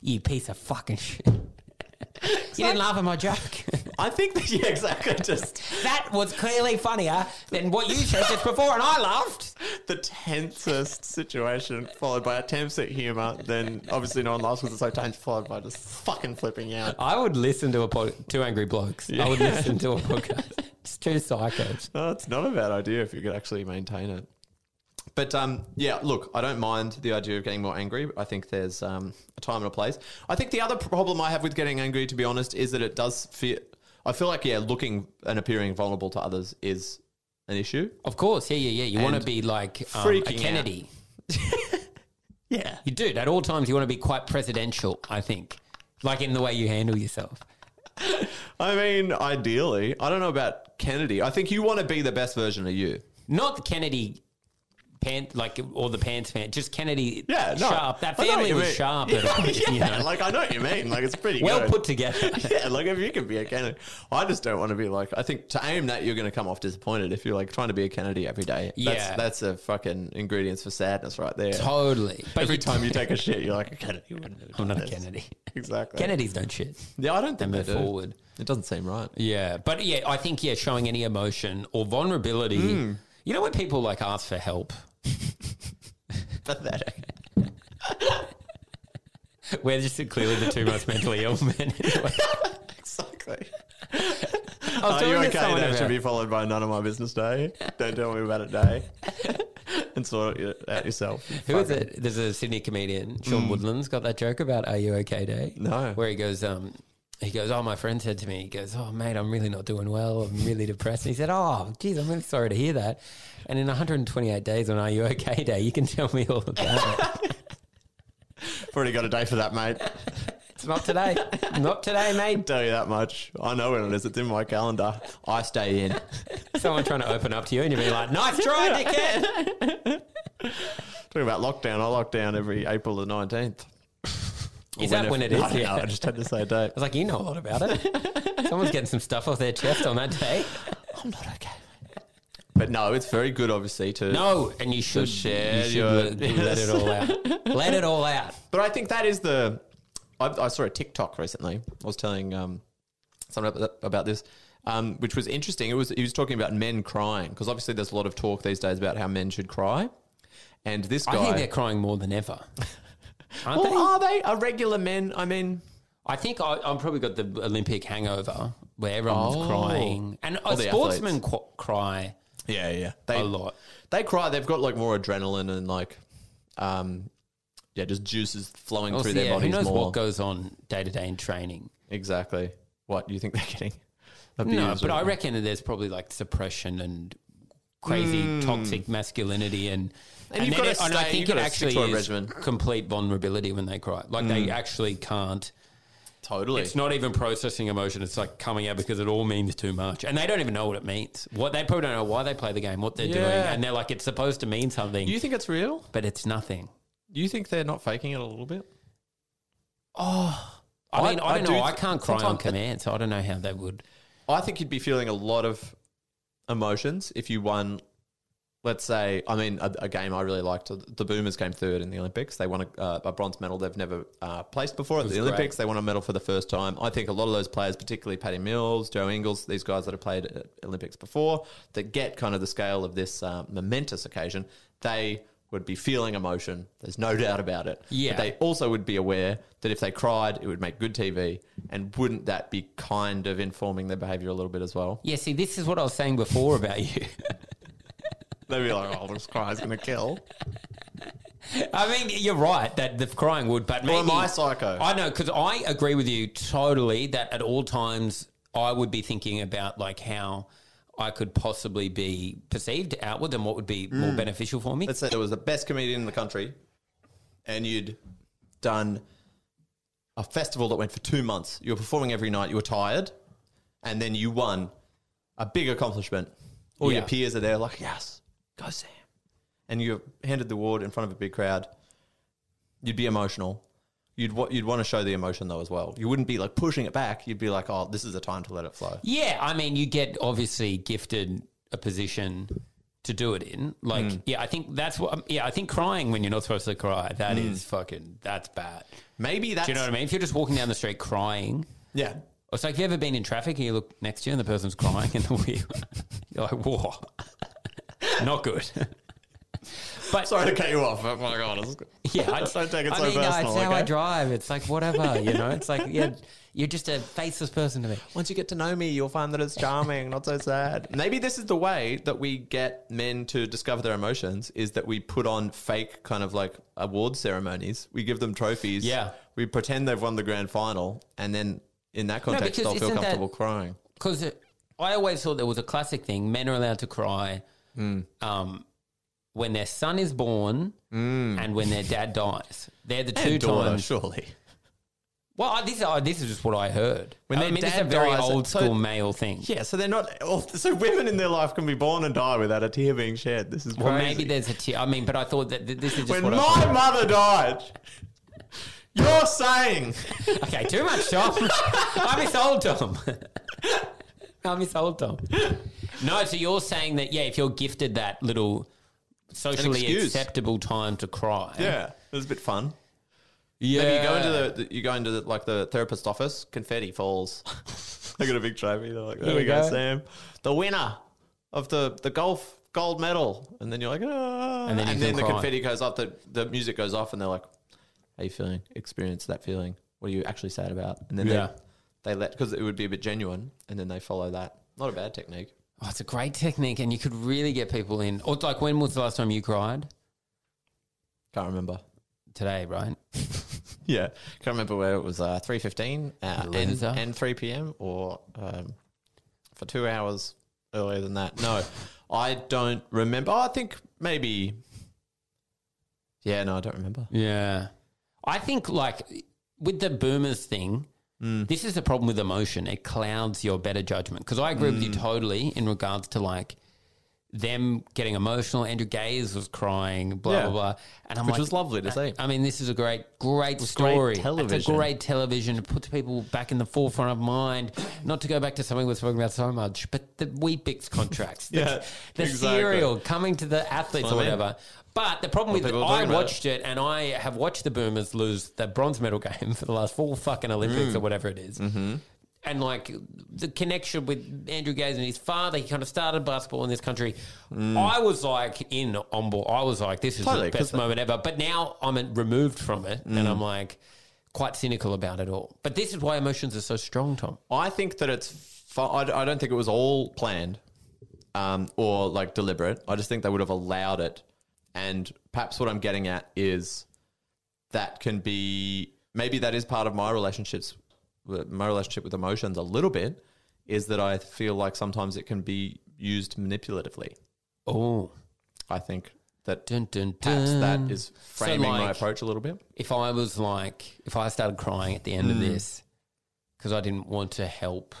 S7: You piece of fucking shit. You didn't laugh at my joke.
S6: I think that yeah, exactly. Just
S7: that was clearly funnier than what you said just before, and I laughed.
S6: the tensest situation, followed by attempts at humour. Then obviously no one laughs because it's so tense, followed by just fucking flipping out.
S7: I would listen to a pod- two angry blokes. I would listen to a podcast. It's two psychos.
S6: No, it's not a bad idea if you could actually maintain it. But um, yeah, look, I don't mind the idea of getting more angry. I think there's um, a time and a place. I think the other problem I have with getting angry, to be honest, is that it does feel. I feel like yeah, looking and appearing vulnerable to others is an issue.
S7: Of course, yeah, yeah, yeah. You want to
S6: And
S7: be like um, a
S6: freaking out.
S7: Kennedy. yeah, you do. At all times, you want to be quite presidential. I think, like in the way you handle yourself.
S6: I mean, ideally, I don't know about Kennedy. I think you want to be the best version of you.
S7: Not the Kennedy pant, like or the pants fan. Just Kennedy.
S6: Yeah, no,
S7: sharp. That
S6: I know what
S7: family
S6: you
S7: was
S6: mean.
S7: sharp.
S6: Yeah,
S7: and, you know,
S6: yeah, like I know what you mean. Like it's pretty
S7: well
S6: good.
S7: put together.
S6: yeah, like if you can be a Kennedy, I just don't want to be like. I think to aim that, you're going to come off disappointed if you're like trying to be a Kennedy every day.
S7: Yeah.
S6: that's, that's a fucking ingredients for sadness right there.
S7: Totally. But
S6: every
S7: you-
S6: time you take a shit, you're like a Kennedy. Wouldn't have
S7: I'm
S6: done
S7: not a
S6: this."
S7: Kennedy.
S6: Exactly.
S7: Kennedys don't shit.
S6: Yeah, I don't think
S7: They
S6: they
S7: move
S6: do.
S7: forward.
S6: It doesn't seem right.
S7: Yeah, but yeah, I think yeah, showing any emotion or vulnerability.
S6: Hmm.
S7: You know when people like ask for help,
S6: Pathetic.
S7: we're just clearly the two most mentally ill men. Anyway.
S6: exactly.
S7: I was
S6: Are
S7: talking
S6: you
S7: to
S6: okay?
S7: someone
S6: That should
S7: about-
S6: be followed by none of my business day. Don't tell me about it day. and sort it out yourself.
S7: Who is it? There's a Sydney comedian, Sean Woodland's got that joke about Are You Okay Day?
S6: Mm. No.
S7: Where he goes, um, he goes, Oh, my friend said to me, he goes, Oh, mate, I'm really not doing well. I'm really depressed. And he said, Oh, geez, I'm really sorry to hear that. And in 128 days on Are You Okay Day, you can tell me all about it.
S6: I've already got a day for that, mate.
S7: It's not today. not today, mate.
S6: Tell you that much. I know when it is. It's in my calendar. I stay in.
S7: Someone trying to open up to you and you'll be like, Nice try, dickhead.
S6: Talking about lockdown, I lock down every April the 19th.
S7: Is that when it is?
S6: I, don't know,
S7: Yeah.
S6: I just had to say a date.
S7: I was like, You know a lot about it. Someone's getting some stuff off their chest on that day.
S6: I'm not okay. But no, it's very good, obviously, to.
S7: No, and you should
S6: share
S7: You should
S6: your-
S7: let, let it all out. Let it all out.
S6: But I think that is the. I, I saw a TikTok recently. I was telling um, someone about- about this, um, which was interesting. It was he was talking about men crying because obviously there's a lot of talk these days about how men should cry, and this guy.
S7: I think they're crying more than ever, aren't
S6: well,
S7: they?
S6: are they are regular men? I mean,
S7: I think I, I've probably got the Olympic hangover where everyone's
S6: Oh.
S7: crying, and uh,
S6: All the
S7: sportsmen qu- cry
S6: yeah, yeah, they
S7: a lot.
S6: they cry. They've got like more adrenaline and like, um, yeah, just juices flowing
S7: Also,
S6: through their
S7: yeah, who
S6: bodies
S7: knows
S6: more.
S7: what goes on day to day in training?
S6: exactly. What you think they're getting?
S7: No,
S6: abused
S7: but
S6: or-
S7: I reckon that there's probably like suppression and crazy toxic masculinity and.
S6: Hmm. you've
S7: then
S6: gotta
S7: it- and I
S6: stay-
S7: think
S6: you've
S7: it
S6: gotta stick
S7: actually
S6: to a
S7: is
S6: regimen. Hmm.
S7: complete vulnerability when they cry. Like they actually can't
S6: totally.
S7: It's not even processing emotion. It's like coming out because it all means too much, and they don't even know what it means. What they probably don't know why they play the game, what they're doing,
S6: Yeah.
S7: and they're like, it's supposed to mean something,
S6: Do you think it's real?
S7: but it's nothing.
S6: Do you think they're not faking it a little bit?
S7: Oh, I,
S6: I-
S7: mean, I,
S6: I
S7: don't
S6: do
S7: know. I
S6: th-
S7: can't cry on
S6: sometimes-
S7: command, so I don't know how they would.
S6: I think you'd be feeling a lot of emotions if you won. Let's say, I mean, a, a game I really liked. The Boomers came third in the Olympics. They won a, uh, a bronze medal they've never uh, placed before at the
S7: great.
S6: Olympics. They won a medal for the first time. I think a lot of those players, particularly Paddy Mills, Joe Ingles, these guys that have played at Olympics before, that get kind of the scale of this uh, momentous occasion, they would be feeling emotion. There's no doubt about it.
S7: Yeah.
S6: But they also would be aware that if they cried, it would make good TV. And wouldn't that be kind of informing their behavior a little bit as well?
S7: Yeah, see, this is what I was saying before about you.
S6: They'd be like, oh, this cry's going to kill.
S7: I mean, you're right that the crying would, but maybe
S6: am I psycho?
S7: I know because I agree with you totally that at all times I would be thinking about like how I could possibly be perceived outward and what would be
S6: Mm.
S7: more beneficial for me.
S6: Let's say there was the best comedian in the country and you'd done a festival that went for two months. You were performing every night, you were tired, and then you won a big accomplishment. All
S7: Yeah.
S6: your peers are there, like, yes, go Sam. And you're handed the award in front of a big crowd. You'd be emotional. You'd, wa- you'd want to show the emotion though as well. You wouldn't be like pushing it back. You'd be like, oh, this is a time to let it flow.
S7: Yeah, I mean, you get obviously gifted a position to do it in. Like,
S6: Mm.
S7: yeah, I think that's what. Yeah, I think crying when you're not supposed to cry that is fucking that's bad.
S6: Maybe Mm. that's
S7: Do you know what I mean? If you're just walking down the street crying,
S6: yeah.
S7: It's like, have you ever been in traffic and you look next to you and the person's crying in the wheel? You're like, whoa, not good. But
S6: Sorry to cut you off. Oh my god, it's-
S7: yeah, I
S6: don't take it
S7: I
S6: so
S7: mean, No,
S6: personal,
S7: it's how I
S6: okay?
S7: drive. It's like whatever, you know. It's like yeah, you're just a faceless person to me.
S6: Once you get to know me, you'll find that it's charming, not so sad. Maybe this is the way that we get men to discover their emotions is that we put on fake kind of like award ceremonies. We give them trophies.
S7: Yeah.
S6: We pretend they've won the grand final. And then in that context,
S7: because
S6: they'll feel
S7: isn't that-
S6: comfortable crying.
S7: because I always thought there was a classic thing: men are allowed to cry
S6: Mm.
S7: um, when their son is born and when their dad dies. They're the two
S6: Mm. And daughter,
S7: times.
S6: surely.
S7: Well, I- this I this is just what I heard.
S6: When
S7: I
S6: their
S7: mean, it's a
S6: dad
S7: very
S6: dies,
S7: old
S6: so-
S7: school male thing.
S6: Yeah, so they're not. oh, So women in their life can be born and die without a tear being shed. This is
S7: Or
S6: crazy.
S7: maybe there's a tear. I mean, but I thought that th- this is just
S6: when
S7: what
S6: my
S7: I thought.
S6: mother died, you're saying
S7: Okay, too much, Tom. I miss old Tom. I miss old Tom. No, so you're saying that, yeah, if you're gifted that little socially
S6: excuse.
S7: acceptable time to cry.
S6: yeah, it was a bit fun.
S7: Yeah.
S6: Maybe you go into the, the- you go into the, like the therapist office, confetti falls. they got a big trophy. They're like, there,
S7: There
S6: we
S7: you
S6: go,
S7: go.
S6: Sam, the winner of the the golf gold medal. And then you're like, ah.
S7: And then you can
S6: the
S7: cry.
S6: confetti goes off. The the music goes off, and they're like, how you feeling? Experience that feeling. What are you actually sad about? And then
S7: Yeah.
S6: they, they let because it would be a bit genuine, and then they follow that. Not a bad technique.
S7: Oh, it's a great technique, and you could really get people in. Or like, when was the last time you cried?
S6: Can't remember.
S7: Today, right?
S6: Yeah, can't remember where it was. Uh, three fifteen uh, and,
S7: Loser.
S6: and three p.m. or um, for two hours earlier than that. No, I don't remember. Oh, I think maybe. Yeah, no, I don't remember.
S7: Yeah. I think like with the boomers thing,
S6: Mm.
S7: this is the problem with emotion. It clouds your better judgment. Because I agree with you
S6: Mm.
S7: totally in regards to like them getting emotional. Andrew Gaze was crying, blah
S6: Yeah.
S7: blah blah. And I'm
S6: Which
S7: like,
S6: was lovely to
S7: I-
S6: see.
S7: I mean, this is a great, great
S6: great
S7: story. It's a
S6: television.
S7: great television. It puts people back in the forefront of mind. Not to go back to something we've spoken about so much, but the Weebix contracts, the,
S6: Yeah,
S7: the
S6: exactly.
S7: cereal coming to the athletes or
S6: Well, I mean-
S7: whatever. But the problem with it,
S6: people are
S7: I
S6: talking about it.
S7: watched watched it, and I have watched the Boomers lose the bronze medal game for the last four fucking Olympics
S6: Mm.
S7: or whatever it is.
S6: Mm-hmm.
S7: And like the connection with Andrew Gaze and his father, he kind of started basketball in this country. I was like in on board. I was like, this is
S6: Mm. Totally,
S7: the
S6: 'cause
S7: best
S6: the- Mm.
S7: moment ever. But now I'm removed from it, and I'm like quite cynical about it all. But this is why emotions are so strong, Tom.
S6: I think that it's. Fu- I, d- I don't think it was all planned, um, or like deliberate. I just think they would have allowed it, and perhaps what I'm getting at is that can be maybe that is part of my relationships, my relationship with emotions a little bit, is that I feel like sometimes it can be used manipulatively.
S7: Oh,
S6: I think that
S7: dun dun
S6: perhaps
S7: dun.
S6: that is framing my
S7: like-
S6: approach a little bit.
S7: if I was like, if I started crying at the
S6: Mm.
S7: end of this because I didn't want to help,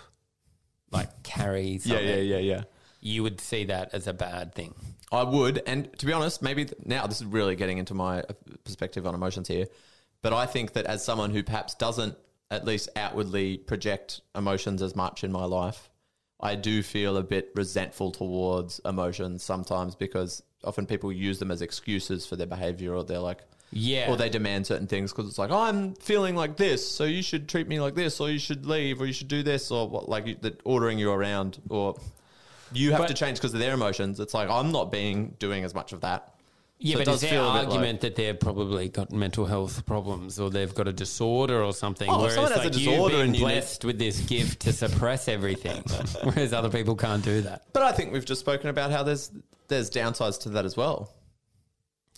S7: like carry something,
S6: yeah.
S7: you would see that as a bad thing.
S6: I would, and to be honest, maybe th- now this is really getting into my uh, perspective on emotions here. But I think that as someone who perhaps doesn't, at least outwardly, project emotions as much in my life, I do feel a bit resentful towards emotions sometimes because often people use them as excuses for their behavior, or they're like,
S7: Yeah.
S6: or they demand certain things because it's like, oh, I'm feeling like this, so you should treat me like this, or you should leave, or you should do this, or what, like you, that ordering you around, or you have
S7: But-
S6: to change because of their emotions. It's like I'm not being doing as much of that.
S7: Yeah,
S6: So it
S7: but is there
S6: does feel a bit
S7: argument that they've probably got mental health problems or they've got a disorder or something?
S6: Oh, if someone has a disorder
S7: you've been
S6: and you need-
S7: blessed with this gift to suppress everything, whereas other people can't do that.
S6: But I think we've just spoken about how there's there's downsides to that as well.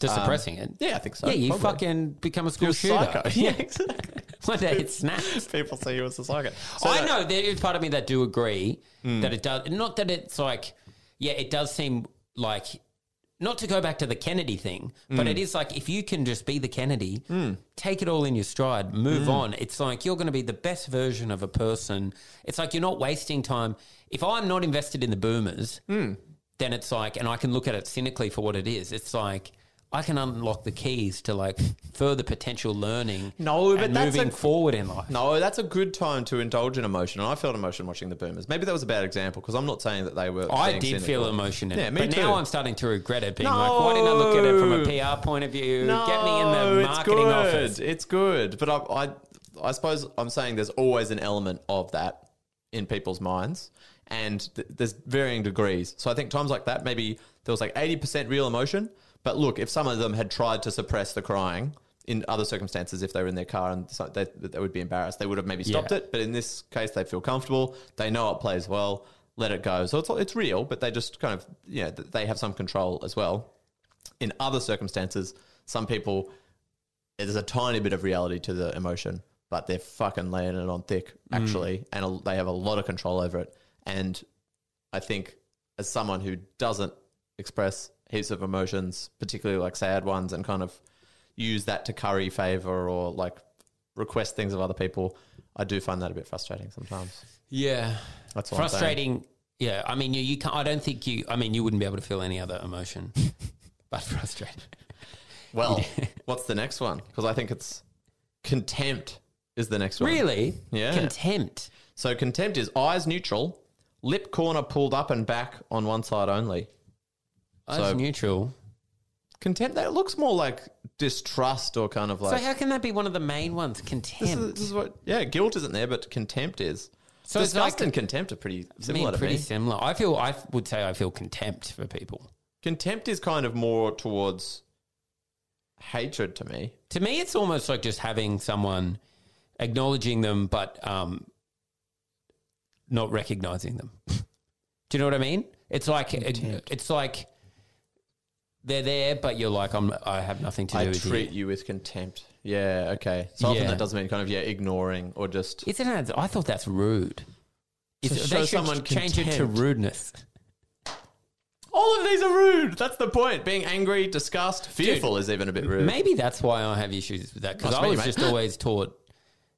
S7: To suppressing it,
S6: Um, Yeah, I think so.
S7: yeah, you
S6: probably.
S7: fucking become a school
S6: You're a
S7: shooter.
S6: psycho. Yeah, exactly.
S7: One day it snaps.
S6: People see you as a psycho. So
S7: I
S6: that-
S7: know there is part of me that do agree that it does. Not that it's like, yeah, it does seem like not to go back to the Kennedy thing, but
S6: Mm.
S7: it is like if you can just be the Kennedy, take it all in your stride,
S6: Mm.
S7: move on. It's like you're going to be the best version of a person. It's like you're not wasting time. If I'm not invested in the boomers,
S6: Mm.
S7: then it's like, and I can look at it cynically for what it is. It's like. I can unlock the keys to like further potential learning.
S6: No, but
S7: and
S6: that's
S7: moving
S6: a-
S7: forward in life.
S6: No, that's a good time to indulge in emotion. And I felt emotion watching the Boomers. Maybe that was a bad example because I'm not saying that they were.
S7: I
S6: being
S7: did
S6: cynical.
S7: feel emotion in
S6: Yeah,
S7: it,
S6: me
S7: but
S6: too.
S7: now I'm starting to regret it. Being like, why didn't I look at it from a PR point of view? Get me in the
S6: it's
S7: marketing
S6: good.
S7: office.
S6: It's good, but I, I, I suppose I'm saying there's always an element of that in people's minds, and th- there's varying degrees. So I think times like that, maybe there was like 80 percent real emotion, But look, if some of them had tried to suppress the crying in other circumstances, if they were in their car and so they, that they would be embarrassed, they would have maybe stopped
S7: Yeah.
S6: it. But in this case, they feel comfortable. They know it plays well. Let it go. So it's it's real, but they just kind of you know th- they have some control as well. In other circumstances, some people there's a tiny bit of reality to the emotion, but they're fucking laying it on thick
S7: Mm.
S6: actually, and a, they have a lot of control over it. And I think as someone who doesn't express heaps of emotions, particularly like sad ones, and kind of use that to curry favor or like request things of other people, I do find that a bit frustrating sometimes.
S7: Yeah,
S6: That's all I'm saying.
S7: frustrating. Yeah, I mean, you, you can't. I don't think you. I mean, you wouldn't be able to feel any other emotion, but frustrated.
S6: Well, what's the next one? Because I think it's contempt is the next one.
S7: Really?
S6: Yeah.
S7: Contempt.
S6: So contempt is eyes neutral, lip corner pulled up and back on one side only.
S7: Eyes
S6: So-
S7: neutral.
S6: Contempt that looks more like distrust or kind of like
S7: So how can that be one of the main ones?
S6: this
S7: Contempt.
S6: is, this is what yeah, guilt isn't there, but contempt is.
S7: So
S6: So
S7: it's
S6: disgust
S7: like-
S6: and contempt are
S7: I
S6: pretty
S7: mean,
S6: similar to
S7: pretty
S6: me.
S7: similar. I feel. I would say I feel contempt for people.
S6: Contempt is kind of more towards hatred to me.
S7: To me, it's almost like just having someone acknowledging them, but um, not recognizing them. Do you know what I mean? It's like it's like they're there, but you're like, I'm. I have nothing to do
S6: I
S7: with
S6: treat
S7: you.
S6: you with contempt. Yeah, okay. So often
S7: Yeah.
S6: that does mean kind of yeah, ignoring or just
S7: Isn't it? I thought that's rude.
S6: To
S7: Is-
S6: show someone
S7: change it to
S6: contempt.
S7: rudeness.
S6: all of these are rude. That's the point. Being angry, disgust, fearful is even a bit rude.
S7: Maybe that's why I have issues with that because
S6: Must
S7: I
S6: be,
S7: was
S6: mate.
S7: just always taught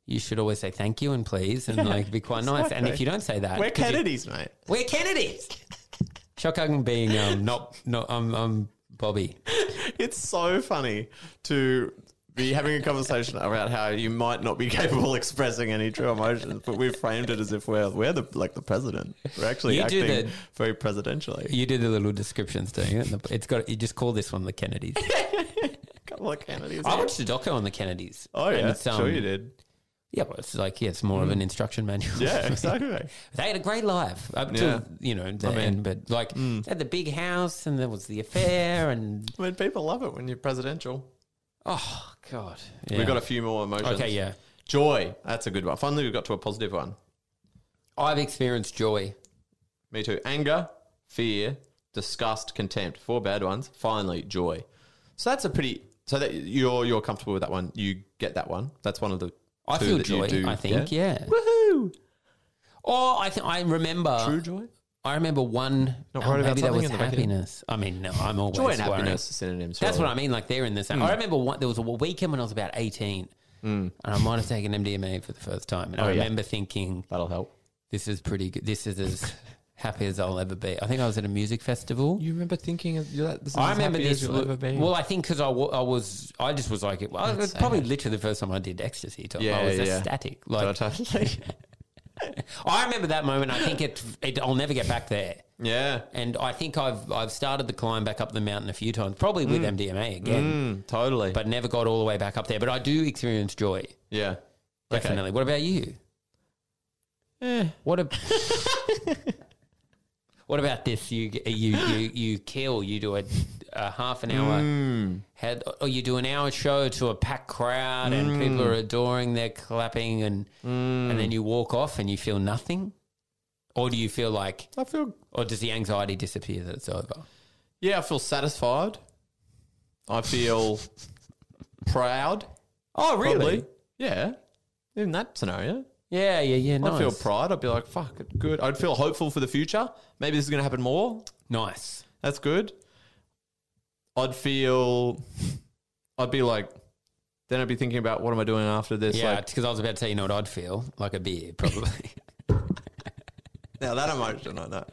S7: you should always say thank you and please and like be quite nice. And if
S6: exactly.
S7: you don't say that,
S6: We're
S7: 'cause you-
S6: Kennedys, mate.
S7: We're Kennedys. Shotgun being um, not not um, um Bobby.
S6: It's so funny to be having a conversation about how you might not be capable of expressing any true emotions, but we've framed it as if we're we're the like the president. We're actually
S7: You do
S6: acting
S7: the-
S6: very presidentially.
S7: You did the little descriptions thing. It's got you just call this one the Kennedys.
S6: couple of Kennedys.
S7: I watched a doco on the Kennedys.
S6: oh yeah,
S7: it's, um,
S6: sure you did. Mm.
S7: Yeah, well, it's like yeah, it's more of an instruction manual.
S6: Yeah, exactly.
S7: they had a great life up
S6: Yeah. mm.
S7: to you know the end, but like they had the big house and there was the affair and
S6: I mean, people love it when you're presidential.
S7: oh god,
S6: We've got a few more emotions.
S7: okay, yeah.
S6: Joy. That's a good one. Finally, we got to a positive one.
S7: I've experienced joy.
S6: Me too. Anger, fear, disgust, contempt. Four bad ones. Finally, joy. So that's a pretty. So that you're you're comfortable with that one. You get that one. That's one of the.
S7: I
S6: two
S7: feel
S6: that you
S7: joy.
S6: do,
S7: I think
S6: yeah?
S7: yeah.
S6: Woohoo!
S7: Oh, I think I remember
S6: True joy.
S7: I remember one.
S6: Not
S7: oh,
S6: worried about
S7: maybe that
S6: something
S7: was
S6: in the back end.
S7: happiness. I mean, no, I'm always
S6: Joy and
S7: worried.
S6: happiness are synonyms.
S7: That's what I mean. Like they're in the same. I remember one, there was a weekend when I was about 18, and I might have taken MDMA for the first time, and I
S6: Mm. Oh, yeah.
S7: remember thinking,
S6: That'll help.
S7: "This is pretty good. This is as happy as I'll ever be." I think I was at a music festival.
S6: You remember thinking of that? This
S7: I remember this. Well, I think because I, wa- I was, I just was like, well, it was probably literally the first time I did ecstasy. Tom.
S6: Yeah,
S7: I was
S6: yeah.
S7: ecstatic. Like,
S6: totally.
S7: I remember that moment. I think it, it, I'll never get back there.
S6: yeah,
S7: And I think I've I've started the climb back up the mountain a few times, probably with MDMA again,
S6: Mm, totally.
S7: but never got all the way back up there. But I do experience joy,
S6: yeah,
S7: definitely. What about you? What a, What about this? You you you you kill. You do a, a half an hour head, or you do an hour show to a packed crowd, and people are adoring. They're clapping, and and then you walk off, and you feel nothing. Or do you feel like,
S6: I feel.
S7: or does the anxiety disappear that it's over?
S6: Yeah, I feel satisfied. I feel proud.
S7: Oh,
S6: Probably. Yeah. In that scenario,
S7: Yeah, yeah, yeah. Nice.
S6: I'd feel pride. I'd be like, fuck, good. I'd feel hopeful for the future. Maybe this is going to happen more.
S7: nice.
S6: That's good. I'd feel, I'd be like, then I'd be thinking about what am I doing after this?
S7: Yeah,
S6: Like,
S7: because I was about to say, you know what I'd feel like a beer, probably.
S6: now that emotion, I know.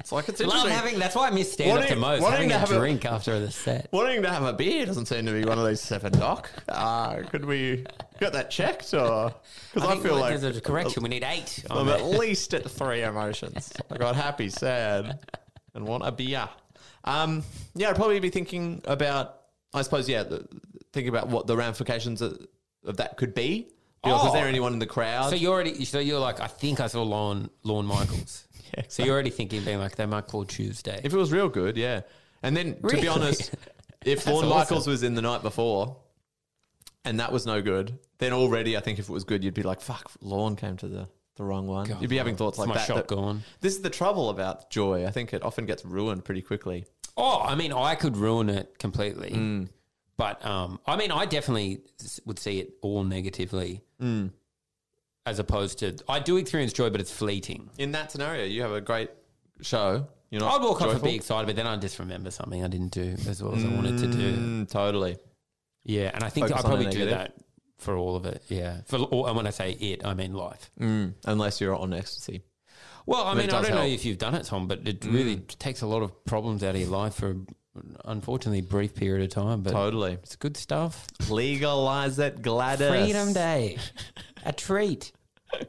S6: It's like, it's
S7: Love
S6: interesting.
S7: having. That's why I miss stand up
S6: Wanting-
S7: the most. Having
S6: wanting to
S7: a
S6: have a-
S7: drink after the set.
S6: Wanting to have a beer doesn't seem to be one of these seven doc. Uh, could we get that checked? Or because I,
S7: think
S6: feel like
S7: there's a correction. We need eight.
S6: I'm
S7: on
S6: at
S7: that.
S6: least at three emotions. I got happy, sad, and want a beer. Um, yeah, I'd probably be thinking about, I suppose, yeah, the, thinking about what the ramifications of, of that could be. Be like,
S7: Oh.
S6: Is there anyone in the crowd?
S7: So you already. So you're like, I think I saw Lorne Lorne Michaels.
S6: Yeah,
S7: So you're already thinking, being like, they might call Tuesday.
S6: if it was real good, yeah. And then, to
S7: Really?
S6: be honest, If Lorne
S7: awesome.
S6: Michaels was in the night before and that was no good, then already I think if it was good, you'd be like, fuck, Lorne came to the, the wrong one.
S7: God,
S6: you'd be having thoughts
S7: it's
S6: like
S7: my
S6: that.
S7: shot
S6: that-
S7: gone.
S6: This is the trouble about joy. I think it often gets ruined pretty quickly.
S7: Oh, I mean, I could ruin it completely.
S6: Mm.
S7: But um, I mean, I definitely s- would see it all negatively,
S6: Mm.
S7: as opposed to I do experience joy, but it's fleeting.
S6: In that scenario, you have a great show. You're not
S7: I'd walk off and
S6: joyful?
S7: be excited, but then I just remember something I didn't do as well as I wanted to do.
S6: Mm, totally.
S7: Yeah, and I think
S6: Focus
S7: I
S6: on the
S7: probably do that
S6: negative.
S7: for all of it. Yeah, for all, and when I say it, I mean life.
S6: Unless you're on ecstasy.
S7: Well, I
S6: Mm. But it
S7: mean, I
S6: does
S7: don't know
S6: help. Mm.
S7: if you've done it, Tom, but it really takes a lot of problems out of your life for, unfortunately, brief period of time. But
S6: Totally.
S7: it's good stuff.
S6: Legalize it, Gladys.
S7: Freedom Day, a treat,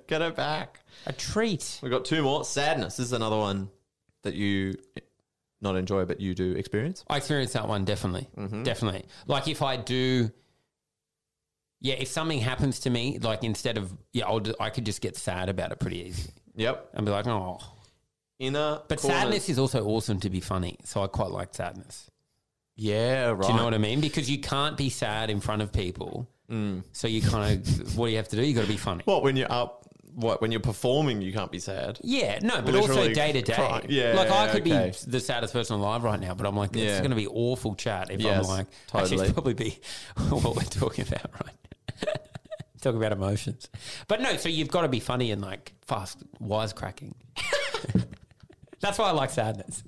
S6: Get it back.
S7: a treat.
S6: We've got two more. Sadness. This is another one that you not enjoy, but you do experience.
S7: I experienced that one definitely, definitely. Like if I do, yeah, if something happens to me, like instead of yeah, I'll, ju- I could just get sad about it pretty easy
S6: Yep.
S7: and be like, oh.
S6: Inner.
S7: But
S6: corners.
S7: sadness is also awesome to be funny, so I quite like sadness.
S6: Yeah, right.
S7: Do you know what I mean? Because you can't be sad in front of people. So you kind of, what do you have to do? You got to be funny.
S6: What when you're up? What when you're performing? You can't be sad.
S7: yeah, no, but also
S6: Literally
S7: day to day.
S6: cry- yeah,
S7: like I could
S6: okay.
S7: be the saddest person alive right now, but I'm like, it's
S6: Yeah.
S7: going to be awful chat if I'm
S6: Yes,
S7: like, actually,
S6: totally.
S7: it's probably be what we're talking about, right? Talk about emotions, but no. So you've got to be funny and like fast wisecracking. That's why I like sadness.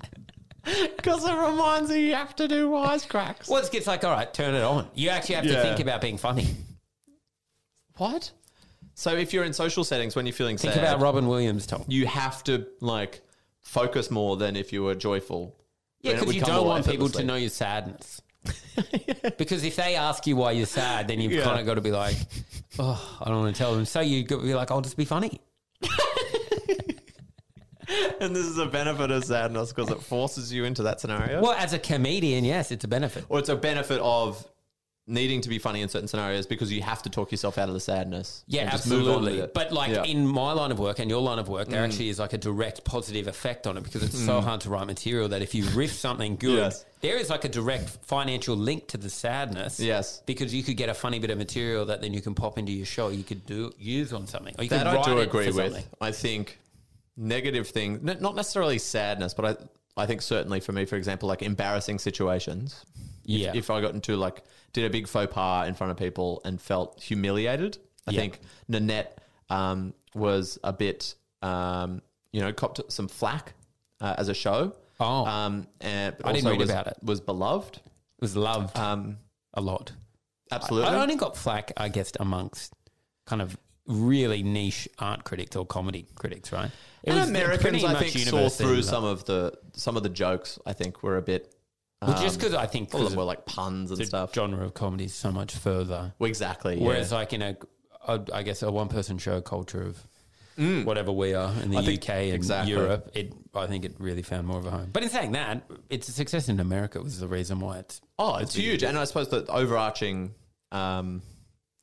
S6: Because it reminds you you have to do wisecracks.
S7: Well, it's, it's like, all right, turn it on. You actually have to
S6: Yeah.
S7: think about being funny.
S6: What? So if you're in social settings when you're feeling
S7: Think
S6: sad,
S7: about Robin Williams, Tom.
S6: you have to like focus more than if you were joyful.
S7: Yeah,
S6: Then it
S7: because
S6: would
S7: you
S6: come
S7: don't
S6: more
S7: want people to
S6: effortlessly.
S7: know your sadness. because if they ask you why you're sad, then you've
S6: Yeah.
S7: kind of got to be like, oh, I don't want to tell them. So you got to be like, I'll just be funny.
S6: And this is a benefit of sadness because it forces you into that scenario.
S7: Well, as a comedian, yes, it's a benefit.
S6: Or it's a benefit of needing to be funny in certain scenarios because you have to talk yourself out of the sadness.
S7: Yeah,
S6: and just move on
S7: absolutely.
S6: with it.
S7: But like
S6: Yeah. Mm.
S7: in my line of work and your line of work, there actually is like a direct positive effect on it because it's so hard to write material that if you riff something good,
S6: Yes.
S7: there is like a direct financial link to the sadness.
S6: Yes.
S7: Because you could get a funny bit of material that then you can pop into your show, you could do use on something. Or you
S6: that
S7: could
S6: I
S7: write
S6: do
S7: it
S6: agree
S7: for something.
S6: with. I think negative things, n- not necessarily sadness, but I, I think certainly for me, for example, like embarrassing situations.
S7: Yeah.
S6: If I got into like, did a big faux pas in front of people and felt humiliated, I
S7: Yeah.
S6: think Nanette um, was a bit, um, you know, copped some flack uh, as a show.
S7: Oh.
S6: um, and
S7: I didn't
S6: also
S7: read
S6: was,
S7: about it.
S6: Was beloved,
S7: was loved
S6: um,
S7: a lot.
S6: absolutely.
S7: I only got flack, I guess, amongst kind of really niche art critics or comedy critics, right? It
S6: And
S7: was
S6: Americans,
S7: pretty
S6: I
S7: much
S6: think, saw
S7: universal,
S6: through
S7: but-
S6: some of the some of the jokes. I think were a bit.
S7: Well, just because I think
S6: All of
S7: 'cause
S6: them were like puns and
S7: the
S6: stuff.
S7: genre of comedy is so much further.
S6: Well, exactly. yeah.
S7: Whereas, like in a, a, I guess a one-person show culture of whatever we are in the
S6: Mm. I think-
S7: UK and
S6: exactly.
S7: Europe, it I think it really found more of a home. But in saying that, its a success in America was the reason why it's
S6: oh, it's huge, and I suppose the overarching um,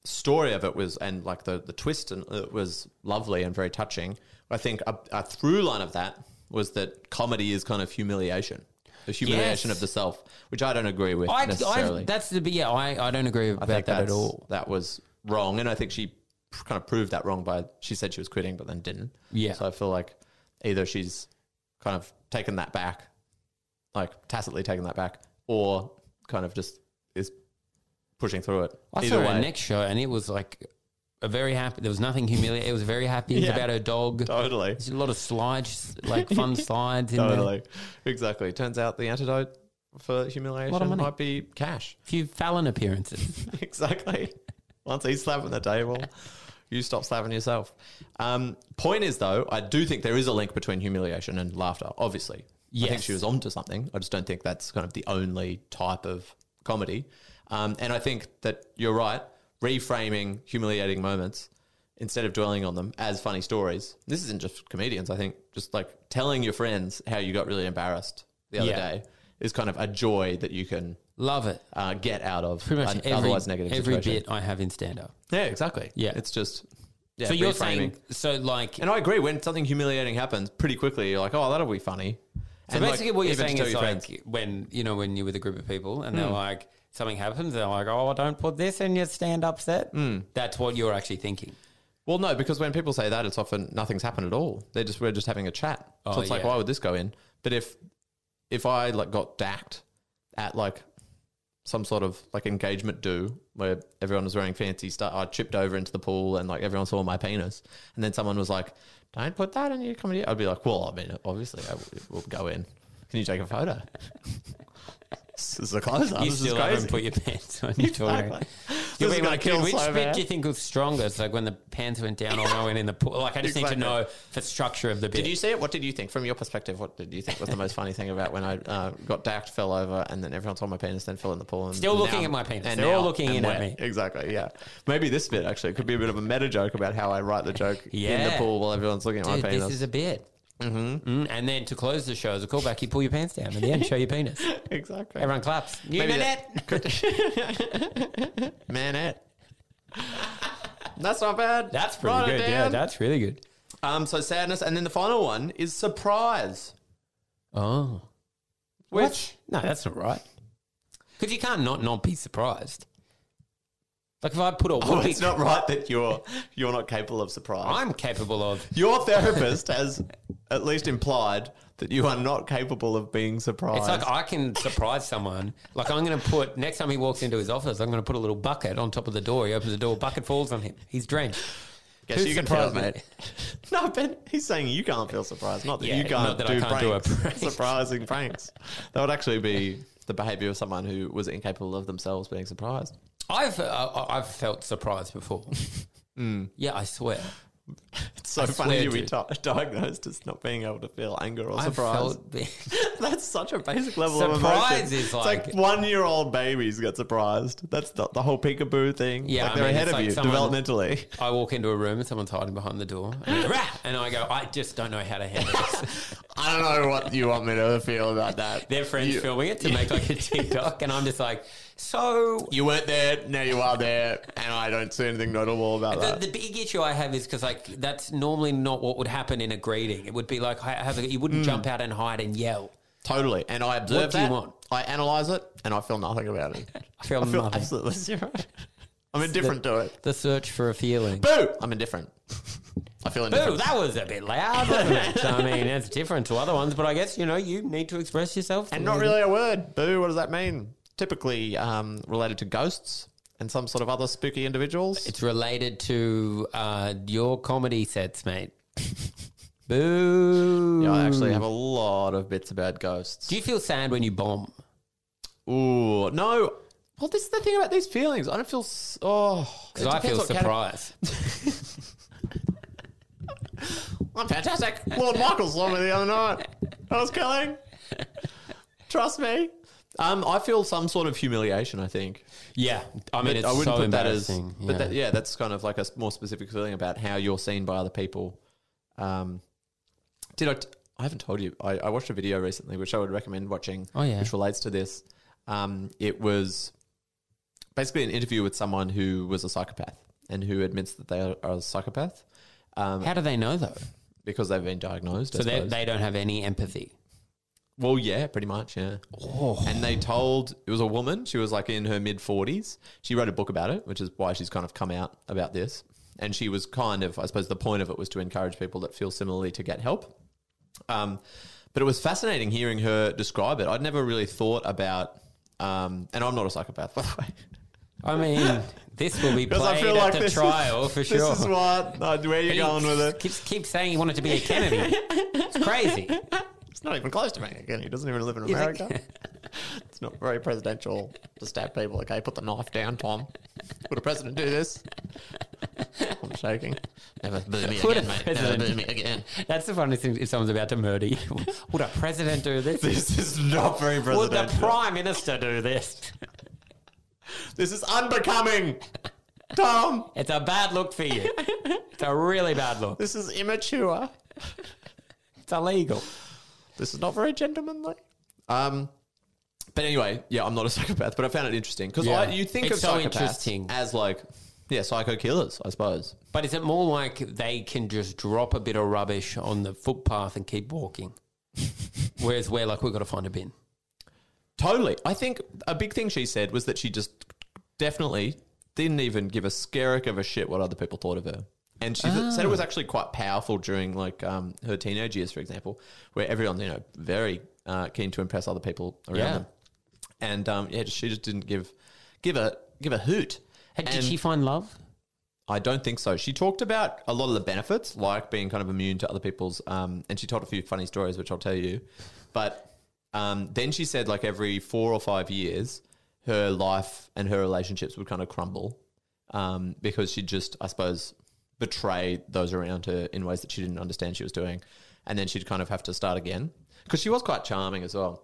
S6: story of it was, and like the the twist, and it was lovely and very touching. I think a, a through line of that was that comedy is kind of humiliation, the humiliation
S7: Yes.
S6: of the self, which I don't agree with
S7: I, I
S6: necessarily.
S7: that's the yeah I, I don't agree
S6: I
S7: about
S6: think
S7: that at
S6: that's-
S7: all.
S6: That was wrong, and I think she pr- kind of proved that wrong by she said she was quitting, but then didn't.
S7: Yeah.
S6: So I feel like either she's kind of taken that back, like tacitly taken that back, or kind of just is pushing through it.
S7: I
S6: either
S7: saw
S6: way,
S7: her next show, and it was like a very happy. There was nothing humiliating. It was very happy It was
S6: Yeah.
S7: about her dog.
S6: totally,
S7: There's a lot of slides, like fun slides in there.
S6: totally, exactly. Turns out the antidote for humiliation
S7: money.
S6: might be cash.
S7: few Fallon appearances.
S6: exactly. Once he's slapping the table, you stop slapping yourself. Um, point is, though, I do think there is a link between humiliation and laughter, obviously. I think
S7: Yes.
S6: she was onto something. I just don't think that's kind of the only type of comedy. Um, and I think that you're right, reframing humiliating moments instead of dwelling on them as funny stories. This isn't just comedians, I think just like telling your friends how you got really embarrassed the other
S7: Yeah.
S6: day is kind of a joy that you can
S7: Love it.
S6: uh, get out of
S7: Pretty much
S6: an
S7: every,
S6: otherwise negative
S7: every
S6: situation.
S7: bit I have in stand up.
S6: Yeah, exactly.
S7: Yeah.
S6: it's just yeah,
S7: so you're
S6: reframing.
S7: saying so like
S6: and I agree. When something humiliating happens, pretty quickly you're like, "Oh, that'll be funny,"
S7: So
S6: And, like,
S7: basically, what you're
S6: even to
S7: saying
S6: tell
S7: is
S6: your
S7: like
S6: friends. Hmm.
S7: when you know when you're with a group of people and they're like something happens, they're like, "Oh, don't put this in your stand-up set."
S6: Hmm.
S7: That's what you're actually thinking.
S6: Well, no, because when people say that, it's often nothing's happened at all. They just we're just having a chat.
S7: Oh,
S6: so it's like,
S7: yeah.
S6: why would this go in? But if if I like got dacked at like some sort of like engagement do where everyone was wearing fancy stuff, I chipped over into the pool and like everyone saw my penis, and then someone was like, "Don't put that in your comedy," I'd be like, "Well, I mean, obviously, I, it will go in. Can you take a photo?" this is a close up.
S7: you
S6: This is
S7: still haven't
S6: crazy.
S7: put your pants on. You're talking.
S6: Exactly.
S7: You'll
S6: This
S7: be
S6: is gonna
S7: like,
S6: kill
S7: which
S6: so
S7: bit
S6: bad."
S7: do you think was stronger? It's like when the pants went down or when I went in the pool. Like I just need
S6: Exactly.
S7: to know the structure of the bit.
S6: Did you see it? What did you think? From your perspective, what did you think was the most funny thing about when I uh, got dacked, fell over, and then everyone saw my penis, then fell in the pool? And
S7: Still looking
S6: now-
S7: at my penis.
S6: and
S7: They're all
S6: now
S7: looking
S6: I'm
S7: in at
S6: wet.
S7: me.
S6: Exactly, yeah. Maybe this bit, actually, could be a bit of a meta joke about how I write the joke in the
S7: Yeah.
S6: pool while everyone's looking at
S7: Dude,
S6: my penis.
S7: this is a bit. Mm-hmm. and then to close the show as a callback, you pull your pants down and then show your penis.
S6: exactly.
S7: Everyone claps. You
S6: Maybe
S7: did
S6: that-
S7: it.
S6: Manette. That's not bad.
S7: That's pretty
S6: Write it
S7: good. Yeah,
S6: down.
S7: that's really good.
S6: um, so sadness, and then the final one is surprise.
S7: Oh.
S6: Which
S7: No, that's not right. Because you can't not not be surprised. Like if I put a
S6: Oh,
S7: whoopee,
S6: it's not right that you're you're not capable of surprise.
S7: I'm capable of.
S6: Your therapist has at least implied that you are not capable of being surprised.
S7: It's like oh, I can surprise someone. Like I'm going to put next time he walks into his office, I'm going to put a little bucket on top of the door. He opens the door, bucket falls on him. He's drenched.
S6: Guess
S7: who
S6: you can feel it,
S7: surprised
S6: mate. no, Ben, he's saying you can't feel surprised. Not that
S7: Yeah,
S6: you can't,
S7: not that I
S6: do,
S7: can't do a
S6: pranks,
S7: prank.
S6: surprising pranks. That would actually be the behaviour of someone who was incapable of themselves being surprised.
S7: I've uh, I've felt surprised before. Yeah, I swear.
S6: It's so
S7: I
S6: funny
S7: swear
S6: to be
S7: to.
S6: di- diagnosed as not being able to feel anger or
S7: I
S6: surprise.
S7: felt the-
S6: That's such a basic level of emotion.
S7: Surprise is
S6: It's like,
S7: like-
S6: one-year-old babies get surprised. That's the, the whole peekaboo thing.
S7: Yeah,
S6: like
S7: I
S6: they're
S7: mean,
S6: ahead
S7: it's
S6: of
S7: like
S6: you
S7: someone-
S6: developmentally.
S7: I walk into a room and someone's hiding behind the door, and, I- Rah! and I go, I just don't know how to handle this.
S6: I don't know what you want me to feel about that.
S7: Their friends
S6: You-
S7: filming it to make like a TikTok, and I'm just like, so
S6: You weren't there, now you are there, and I don't see anything notable about
S7: The, the big issue I have is because like that's normally not what would happen in a greeting. It would be like I have a, you wouldn't jump out and hide and yell.
S6: totally. And I observe
S7: What do you
S6: that,
S7: want?
S6: I analyze it, and I feel nothing about it.
S7: I feel,
S6: I feel
S7: nothing.
S6: absolutely zero. I'm indifferent to it.
S7: The search for a feeling. Boo!
S6: Boo! I'm indifferent. I feel indifferent.
S7: that was a bit loud. wasn't it? I mean, that's different to other ones, but I guess you know you need to express yourself.
S6: And not really a word. Boo, what does that mean? Typically um, related to ghosts and some sort of other spooky individuals.
S7: It's related to uh, your comedy sets, mate. Boo!
S6: yeah, I actually have a lot of bits about ghosts.
S7: Do you feel sad when you bomb?
S6: Ooh, no. Well, this is the thing about these feelings. I don't feel. s- Oh,
S7: Because I feel surprised.
S6: I'm fantastic. Lord Michael saw me the other night. I was killing. Trust me. Um, I feel some sort of humiliation. I think.
S7: yeah, I mean,
S6: But
S7: it's
S6: I
S7: so
S6: wouldn't put that as.
S7: embarrassing.
S6: But that, yeah, that's kind of like a s- more specific feeling about how you're seen by other people. Um, did I? T- I haven't told you. I, I watched a video recently, which I would recommend watching.
S7: Oh, yeah.
S6: which relates to this. Um, it was basically an interview with someone who was a psychopath and who admits that they are, are a psychopath um,
S7: How do they know though?
S6: because they've been diagnosed. I
S7: So they,
S6: suppose.
S7: they don't have any empathy.
S6: Well, yeah, pretty much, yeah.
S7: Oh.
S6: And they told it was a woman. She was like in her mid forties. She wrote a book about it, which is why she's kind of come out about this. And she was kind of, I suppose, the point of it was to encourage people that feel similarly to get help. Um, but it was fascinating hearing her describe it. I'd never really thought about, um, and I'm not a psychopath, by the way.
S7: I mean, this will be played
S6: Because I feel
S7: at
S6: like
S7: the
S6: this
S7: trial
S6: is,
S7: for sure.
S6: This is what, uh, where you
S7: He
S6: going with it?
S7: Keeps, keeps saying he wanted to be a Kennedy. it's crazy.
S6: It's not even close to me. Again, he doesn't even live in
S7: like-
S6: America. it's not very presidential to stab people. Okay, put the knife down, Tom. Would a president do this? I'm shaking. Never boo me
S7: Would
S6: again,
S7: a
S6: mate.
S7: president-
S6: Never boo me again.
S7: That's the funniest thing if someone's about to murder you. Would a president do this?
S6: This is not very
S7: Would
S6: presidential.
S7: the prime minister do this?
S6: this is unbecoming, Tom.
S7: It's a bad look for you. It's a really bad look.
S6: This is immature.
S7: It's illegal.
S6: This is not very gentlemanly. Um, but anyway, yeah, I'm not a psychopath, but I found it interesting because
S7: Yeah.
S6: you think
S7: It's
S6: of
S7: so
S6: psychopaths
S7: interesting.
S6: as like, yeah, psycho killers, I suppose.
S7: But is it more like they can just drop a bit of rubbish on the footpath and keep walking? Whereas we're like, we've got to find a bin.
S6: Totally. I think a big thing she said was that she just definitely didn't even give a skerrick of a shit what other people thought of her. And she said
S7: Ah.
S6: it was actually quite powerful during like um, her teenage years, for example, where everyone's, you know, very uh, keen to impress other people around
S7: Yeah.
S6: them. And um, yeah, she just didn't give give a give a hoot.
S7: And
S6: And-
S7: did she find love?
S6: I don't think so. She talked about a lot of the benefits, like being kind of immune to other people's, um, and she told a few funny stories, which I'll tell you. But um, then she said, like every four or five years, her life and her relationships would kind of crumble um, because she just, I suppose, betray those around her in ways that she didn't understand she was doing, and then she'd kind of have to start again because she was quite charming as well.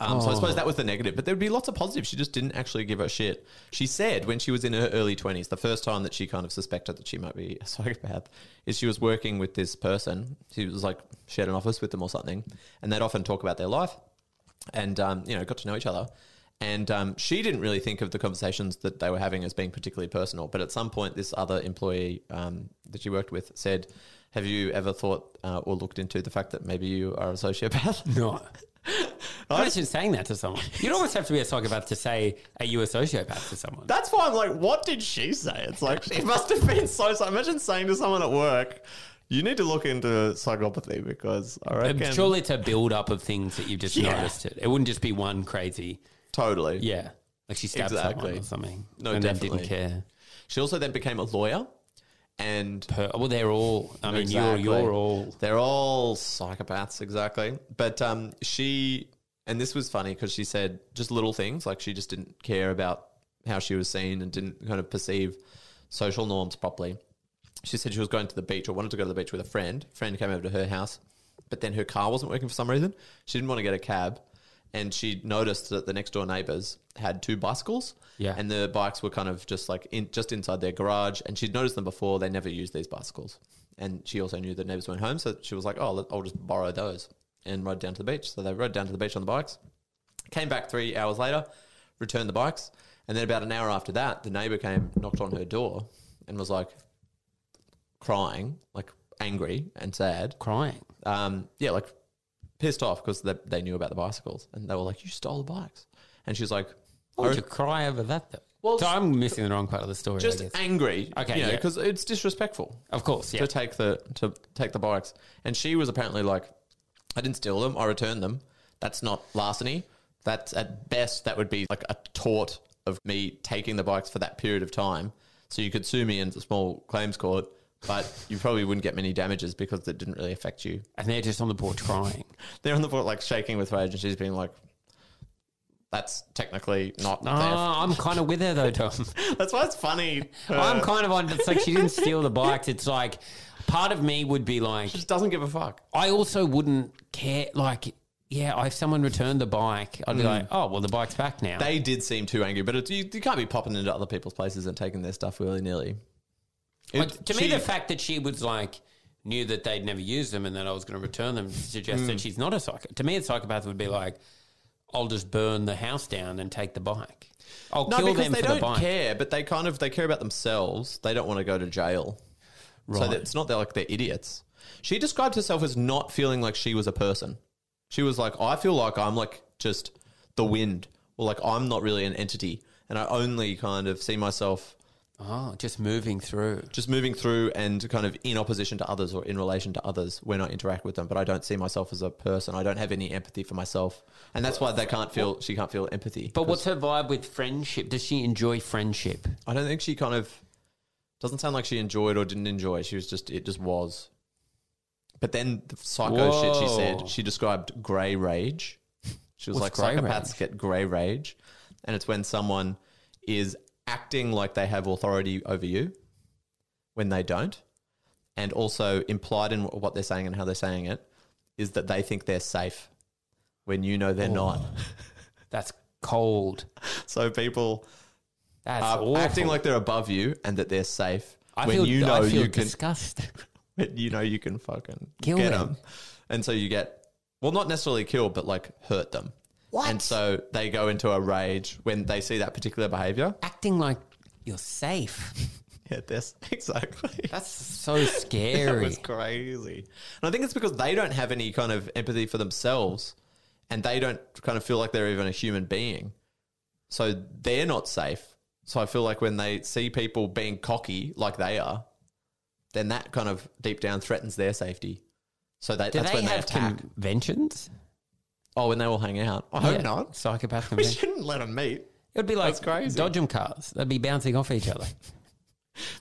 S6: Um, So I suppose that was the negative, but there would be lots of positives. She just didn't actually give a shit. She said when she was in her early twenties, the first time that she kind of suspected that she might be a psychopath, is she was working with this person. She was like she had an office with them or something, and they'd often talk about their life, and um, you know got to know each other. And um, she didn't really think of the conversations that they were having as being particularly personal. But at some point, this other employee um, that she worked with said, "Have you ever thought uh, or looked into the fact that maybe you are a sociopath?"
S7: No. Imagine saying that to someone. You'd almost have to be a psychopath to say, Are you a sociopath to someone?
S6: That's why I'm like, what did she say? It's like it must have been so. so imagine saying to someone at work, "You need to look into psychopathy because I
S7: Um,
S6: reckon
S7: Surely it's a build up of things that you've just
S6: Yeah.
S7: noticed. It. it wouldn't just be one crazy.
S6: totally."
S7: Yeah. Like she stabbed someone
S6: Exactly.
S7: or something.
S6: No,
S7: and then didn't
S6: definitely.
S7: care.
S6: She also then became a lawyer, and
S7: Per- well, they're all, I mean, you're, you're all.
S6: They're all psychopaths, exactly. But um, she, and this was funny because she said just little things like she just didn't care about how she was seen and didn't kind of perceive social norms properly. She said she was going to the beach or wanted to go to the beach with a friend. Friend came over to her house, but then her car wasn't working for some reason. She didn't want to get a cab. And she noticed that the next door neighbors had two bicycles,
S7: Yeah.
S6: and the bikes were kind of just like in, just inside their garage. And she'd noticed them before; they never used these bicycles. And she also knew that neighbors weren't home, so she was like, "Oh, let- I'll just borrow those and ride down to the beach." So they rode down to the beach on the bikes. Came back three hours later, returned the bikes, and then about an hour after that, the neighbor came, knocked on her door, and was like crying, like angry and sad.
S7: Crying.
S6: Um, yeah, like pissed off because they, they knew about the bicycles, and they were like, "You stole the bikes," and she was like, "Oh,
S7: Why would you cry over that, though?
S6: Well,
S7: so I'm missing the wrong part of the story. I
S6: just
S7: guess.
S6: angry.
S7: Okay,
S6: you know,
S7: yeah.
S6: because it's disrespectful
S7: of course, yeah.
S6: to take the to take the bikes. And she was apparently like, I didn't steal them. I returned them. That's not larceny. That's at best that would be like a tort of me taking the bikes for that period of time. So you could sue me in a small claims court, but you probably wouldn't get many damages because it didn't really affect you.
S7: And they're just on the porch crying.
S6: They're on the board like shaking with rage, and she's being like, "That's technically not
S7: Oh, I'm kind of with her though, Tom.
S6: theft." That's why it's funny.
S7: I'm
S6: Uh,
S7: kind of on. It's like she didn't steal the bikes. It's like part of me would be like,
S6: just doesn't give a fuck.
S7: I also wouldn't care. Like, yeah, if someone returned the bike, I'd be
S6: Mm.
S7: like, oh, well, the bike's back now.
S6: They did seem too angry, but it, you, you can't be popping into other people's places and taking their stuff willy nilly.
S7: But to me, the fact that she was like knew that they'd never use them and that I was going to return them suggests
S6: Hmm.
S7: that she's not a psychopath. To me, a psychopath would be like, I'll just burn the house down and take the bike. I'll
S6: no,
S7: kill
S6: because
S7: them
S6: they
S7: for
S6: don't
S7: the bike.
S6: care, but they kind of they care about themselves. They don't want to go to jail, so
S7: Right.
S6: that- it's not they're like they're idiots. She described herself as not feeling like she was a person. She was like, I feel like I'm like just the wind, or like I'm not really an entity, and I only kind of see myself
S7: Oh, just moving through.
S6: just moving through and kind of in opposition to others or in relation to others when I interact with them. But I don't see myself as a person. I don't have any empathy for myself, and that's why they can't feel. She can't feel empathy.
S7: But what's her vibe with friendship? Does she enjoy friendship?
S6: I don't think she kind of doesn't sound like she enjoyed or didn't enjoy. She was just it just was. But then the psycho shit she
S7: Whoa.
S6: said. She described grey rage. She was
S7: What's
S6: like
S7: grey
S6: psychopaths
S7: rage?"
S6: get grey rage, and it's when someone is acting like they have authority over you when they don't, and also implied in what they're saying and how they're saying it is that they think they're safe when you know
S7: Oh.
S6: they're not.
S7: That's cold.
S6: So people
S7: That's
S6: are
S7: awful.
S6: Uh, acting like they're above you and that they're safe
S7: I
S6: when
S7: feel,
S6: you know
S7: I feel
S6: you can
S7: disgusted.
S6: when you know you can fucking
S7: Kill
S6: get
S7: them.
S6: them. And so you get well not necessarily kill but like hurt them. What? And so they go into a rage when they see that particular behavior.
S7: acting like you're safe.
S6: Yeah, this exactly.
S7: That's so
S6: That
S7: scary.
S6: was crazy. And I think it's because they don't have any kind of empathy for themselves and they don't kind of feel like they're even a human being. So they're not safe. So I feel like when they see people being cocky like they are, then that kind of deep down threatens their safety. So they,
S7: Do
S6: that's
S7: they
S6: when they
S7: have
S6: attack.
S7: conventions?
S6: oh, when they all hang out. I hope
S7: Yeah,
S6: not.
S7: Psychopath
S6: We
S7: convention.
S6: shouldn't let them meet.
S7: It would be like
S6: That's crazy.
S7: dodgem cars. They'd be bouncing off each other.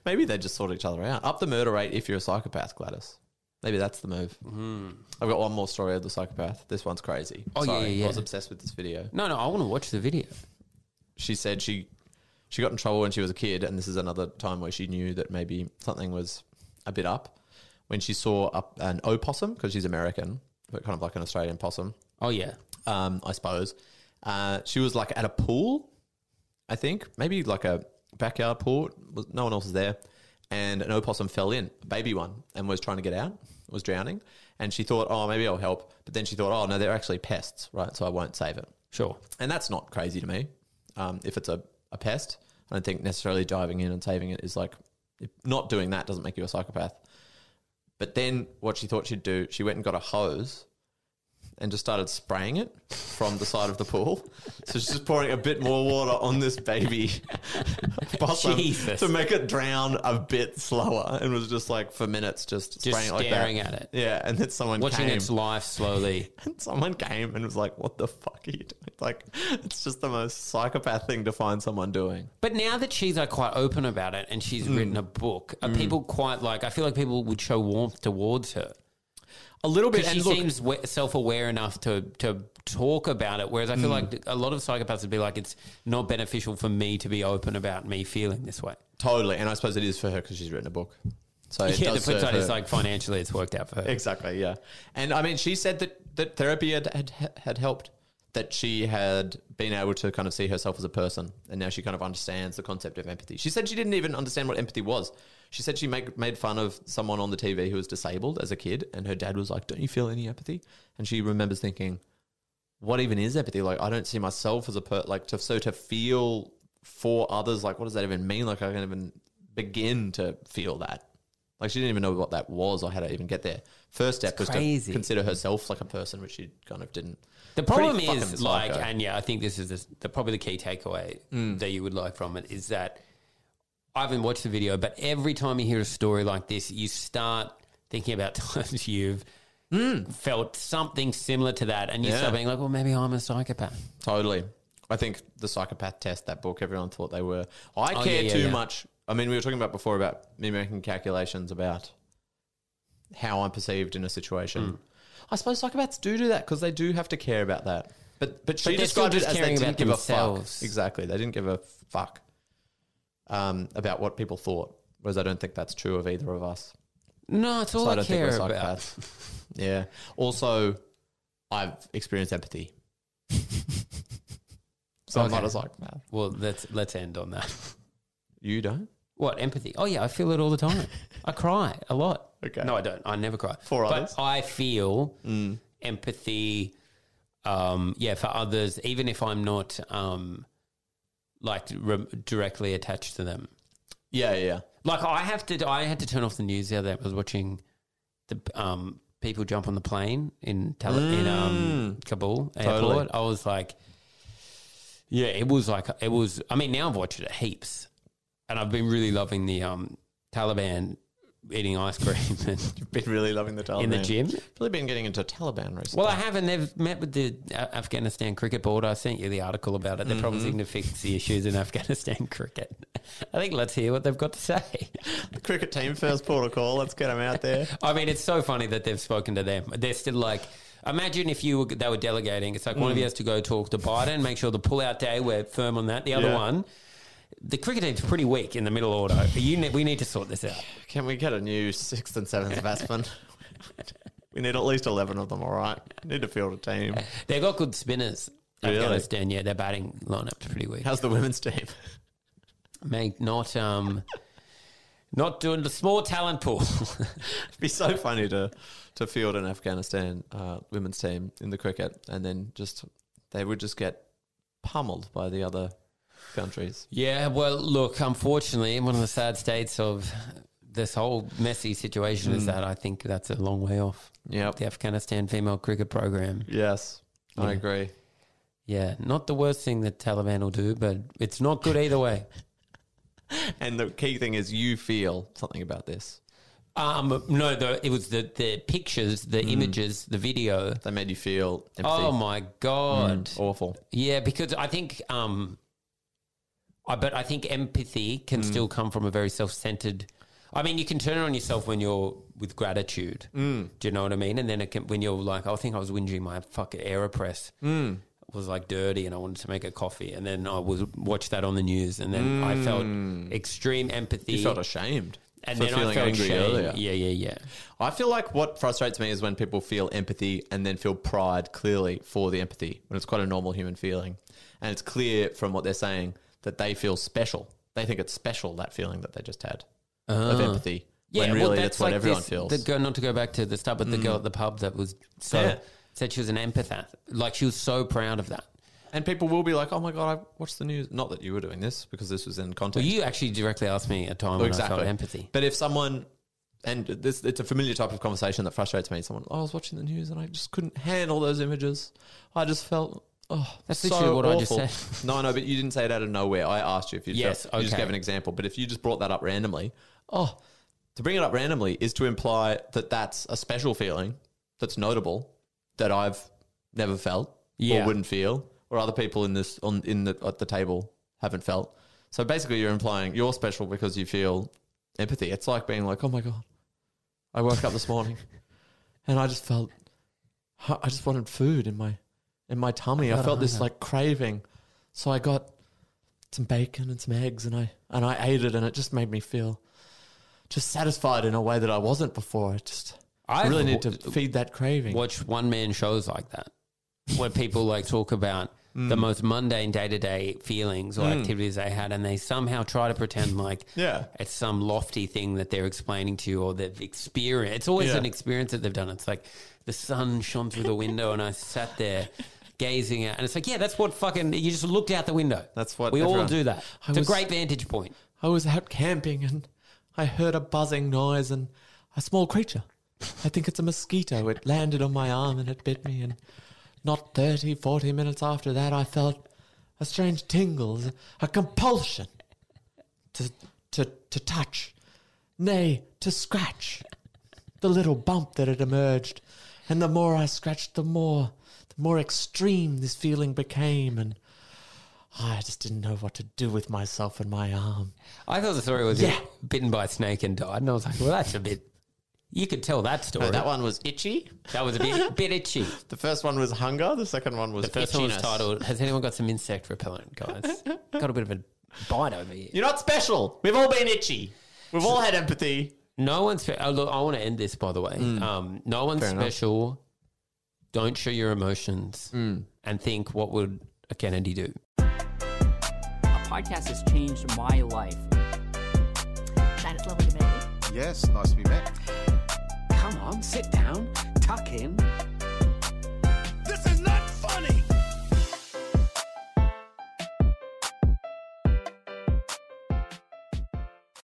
S6: Maybe they just sort each other out. Up the murder rate if you're a psychopath, Gladys. Maybe that's the move. I've got one more story of the psychopath. This one's crazy.
S7: Hmm. Oh, yeah,
S6: Sorry,
S7: yeah, yeah.
S6: I was obsessed with this video.
S7: No, no, I want to watch the video.
S6: She said she she got in trouble when she was a kid, and this is another time where she knew that maybe something was a bit up when she saw up an opossum because she's American, but kind of like an Australian possum
S7: Oh yeah,
S6: um, I suppose. Uh, she was like at a pool, I think, maybe like a backyard pool. Was- No one else was there. And an opossum fell in, a baby one, and was trying to get out, was drowning. And she thought, oh, maybe I'll help. But then she thought, oh, no, they're actually pests, right? So I won't save it.
S7: sure.
S6: And that's not crazy to me. Um, if it's a, a pest, I don't think necessarily diving in and saving it is like not doing that doesn't make you a psychopath. But then what she thought she'd do, she went and got a hose and just started spraying it from the side of the pool. So she's just pouring a bit more water on this baby possum
S7: Jesus.
S6: to make it drown a bit slower and was just like for minutes just, spraying it like that.
S7: staring at it.
S6: Yeah, and then someone
S7: Watching
S6: came.
S7: its life slowly.
S6: And someone came and was like, "What the fuck are you doing?" Like, it's just the most psychopath thing to find someone doing.
S7: But now that she's like quite open about it and she's
S6: Mm.
S7: written a book, are people quite like? I feel like people would show warmth towards her.
S6: A little bit.
S7: Because she
S6: And look,
S7: seems we- self-aware enough to to talk about it, whereas I feel
S6: Mm.
S7: like a lot of psychopaths would be like, "It's not beneficial for me to be open about me feeling this way."
S6: totally. And I suppose it is for her because she's written a book. So it
S7: yeah, the
S6: does
S7: flip
S6: serve
S7: side is
S6: her.
S7: like financially, it's worked out for her.
S6: exactly yeah. And I mean, she said that that therapy had had, had helped. That she had been able to kind of see herself as a person, and now she kind of understands the concept of empathy. She said she didn't even understand what empathy was. She said she make, made fun of someone on the TV who was disabled as a kid, and her dad was like, "Don't you feel any empathy?" And she remembers thinking, what even is empathy? Like, I don't see myself as a per like to so to feel for others. Like, what does that even mean? Like, I can't even begin to feel that. Like, she didn't even know what that was or how to even get there. First step was
S7: crazy.
S6: to consider herself like a person, which she kind of didn't.
S7: The problem
S6: Pretty fucking
S7: is like,
S6: psycho. Mm.
S7: and yeah, I think this is the, the probably the key takeaway that you would like from it is that I haven't watched the video, but every time you hear a story like this, you start thinking about times you've felt something similar to that, and you
S6: Mm. Yeah.
S7: start being like, "Well, maybe I'm a psychopath."
S6: Totally. I think the psychopath test, that book, everyone thought they were. I
S7: Oh, yeah,
S6: care
S7: yeah,
S6: too
S7: yeah.
S6: much. I mean, we were talking about before about me making calculations about how I'm perceived in a
S7: Mm.
S6: situation. I suppose psychopaths do do that because they do have to care about that. But but she
S7: they're still
S6: described it
S7: just
S6: as they
S7: caring
S6: didn't
S7: about
S6: give
S7: themselves.
S6: a fuck. Exactly, they didn't give a fuck um, about what people thought. Whereas I don't think that's true of either of us.
S7: No, it's all
S6: So I
S7: I,
S6: don't think
S7: care
S6: we're
S7: about.
S6: psychopaths. yeah. Also, I've experienced empathy, so I'm not
S7: Okay.
S6: a psychopath.
S7: Well, let's let's end on that.
S6: You don't?
S7: What empathy? Oh yeah, I feel it all the time. I cry a lot.
S6: Okay.
S7: No, I don't. I never cry
S6: For
S7: but
S6: others?
S7: I feel empathy. Um, yeah, for others, even if I'm not um, like re- directly attached to them.
S6: Yeah, yeah.
S7: Like I have to. I had to turn off the news the other day. I was watching the um, people jump on the plane in Tal- in um, Kabul airport.
S6: Mm. Totally.
S7: I was like, yeah, it was like it was. I mean, now I've watched it heaps, and I've been really loving the um, Taliban eating ice cream and,
S6: Been really loving the Taliban.
S7: in the gym.
S6: Really been getting into Taliban recently.
S7: Well, I haven't. They've met with the A- Afghanistan Cricket Board. I sent you the article about it. They're probably
S6: Mm-hmm.
S7: seeking to fix the issues in Afghanistan cricket. I think let's hear what they've got to say.
S6: the cricket team first port of call. Let's get them out there.
S7: I mean, it's so funny that they've spoken to them. They're still like, imagine if you were, they were delegating. It's like
S6: Mm.
S7: one of you has to go talk to Biden, make sure the pull-out day we're firm on that. The other
S6: Yeah.
S7: one, the cricket team's pretty weak in the middle order. You ne- we need to sort this out.
S6: Can we get a new sixth and seventh of Aspen? we need at least 11 of them, all right? Need to field a team.
S7: They've got good spinners.
S6: Really?
S7: Afghanistan, yeah, their batting lineup's pretty weak.
S6: How's the women's team?
S7: Mate, not um, not doing the small talent pool.
S6: It'd be so funny to, to field an Afghanistan uh, women's team in the cricket and then just, they would just get pummeled by the other countries.
S7: Yeah, well, look, unfortunately, one of the sad states of this whole messy situation is that I think that's a long way off.
S6: Yep.
S7: The Afghanistan female cricket program.
S6: Yes,
S7: Yeah.
S6: I agree.
S7: Yeah, not the worst thing that Taliban will do, but it's not good either way.
S6: And the key thing is, you feel something about this.
S7: Um, no, the, it was the, the pictures, the images, the video.
S6: They made you feel empathy. Mm.
S7: Oh my god!
S6: awful.
S7: Yeah, because I think, um, I but I think empathy can
S6: Mm.
S7: still come from a very self-centered. I mean, you can turn it on yourself when you're with gratitude. Mm. Do you know what I mean? And then it can, when you're like, I think I was whinging my fucking Aeropress
S6: Mm.
S7: was like dirty, and I wanted to make a coffee, and then I was watched that on the news, and then I felt extreme empathy.
S6: Mm. You felt ashamed
S7: and
S6: for
S7: then
S6: feeling
S7: I felt
S6: angry
S7: shame.
S6: earlier.
S7: Yeah, yeah, yeah.
S6: I feel like what frustrates me is when people feel empathy and then feel pride clearly for the empathy when it's quite a normal human feeling. And it's clear from what they're saying that they feel special. They think it's special, that feeling that they just had
S7: Ah.
S6: of empathy. when really that's, what
S7: like
S6: everyone
S7: this-
S6: feels. Mm.
S7: The girl, not to go back to the start, but the girl at the pub that was so
S6: Yeah.
S7: said she was an empath. Like she was so proud of that.
S6: and people will be like, oh my God, I watched the news. Not that you were doing this because this was in context.
S7: Well, you actually directly asked me a time
S6: Well,
S7: when I felt empathy.
S6: But if someone, and this it's a familiar type of conversation that frustrates me. Someone, "Oh, I was watching the news and I just couldn't handle those images. I just felt. Oh,
S7: That's
S6: so
S7: literally what I just
S6: awful."
S7: said.
S6: No, no, but you didn't say it out of nowhere. I asked you if you
S7: Yes,
S6: just, you just
S7: okay.
S6: gave an example. But if you just brought that up randomly, oh, to bring it up randomly is to imply that that's a special feeling that's notable that I've never felt
S7: Yeah.
S6: or wouldn't feel, or other people in this on in the at the table haven't felt. So basically, you're implying you're special because you feel empathy. It's like being like, oh my god, I woke up this morning and I just felt I just wanted food in my in my tummy. I felt this like craving, so I got some bacon and some eggs and I and I ate it and it just made me feel just satisfied in a way that I wasn't before. I just
S7: I
S6: I really need to feed that craving.
S7: watch one man shows like that, where people like talk about
S6: Mm.
S7: the most mundane day to day feelings or activities they had, and they somehow try to pretend like
S6: Yeah.
S7: it's some lofty thing that they're explaining to you or they've experienced. It's always
S6: Yeah.
S7: an experience that they've done. It's like the sun shone through the window, and I sat there. Gazing out, and it's like, yeah, that's what fucking you just looked out the window.
S6: That's what
S7: we all
S6: everyone-
S7: do. That
S6: I
S7: it's
S6: was-
S7: a great vantage point.
S6: I was out camping and I heard a buzzing noise and a small creature. I think it's a mosquito. It landed on my arm and it bit me. And not 30, 40 minutes after that, I felt a strange tingle, a compulsion to, to, to touch, nay, to scratch the little bump that had emerged. And the more I scratched, the more, the more extreme this feeling became. And I just didn't know what to do with myself and my arm.
S7: I thought the story was
S6: Yeah.
S7: bitten by a snake and died, and I was like, well, that's a bit. You could tell that story.
S6: that one was itchy.
S7: That was a bit, bit itchy.
S6: The first one was hunger. The second one was
S7: The first one was titled, Has anyone got some insect repellent, guys? got a bit of a bite over here.
S6: You're not special. We've all been itchy. We've all had empathy.
S7: No one's. Spe- oh, look, I want to end this, by the way. Um, no one's
S6: enough.
S7: special. Don't show your emotions and think, what would a Kennedy do?
S1: A podcast has changed my life.
S2: Shane, it's lovely to meet you.
S5: Yes, nice to be back.
S4: Come on, sit down, tuck in.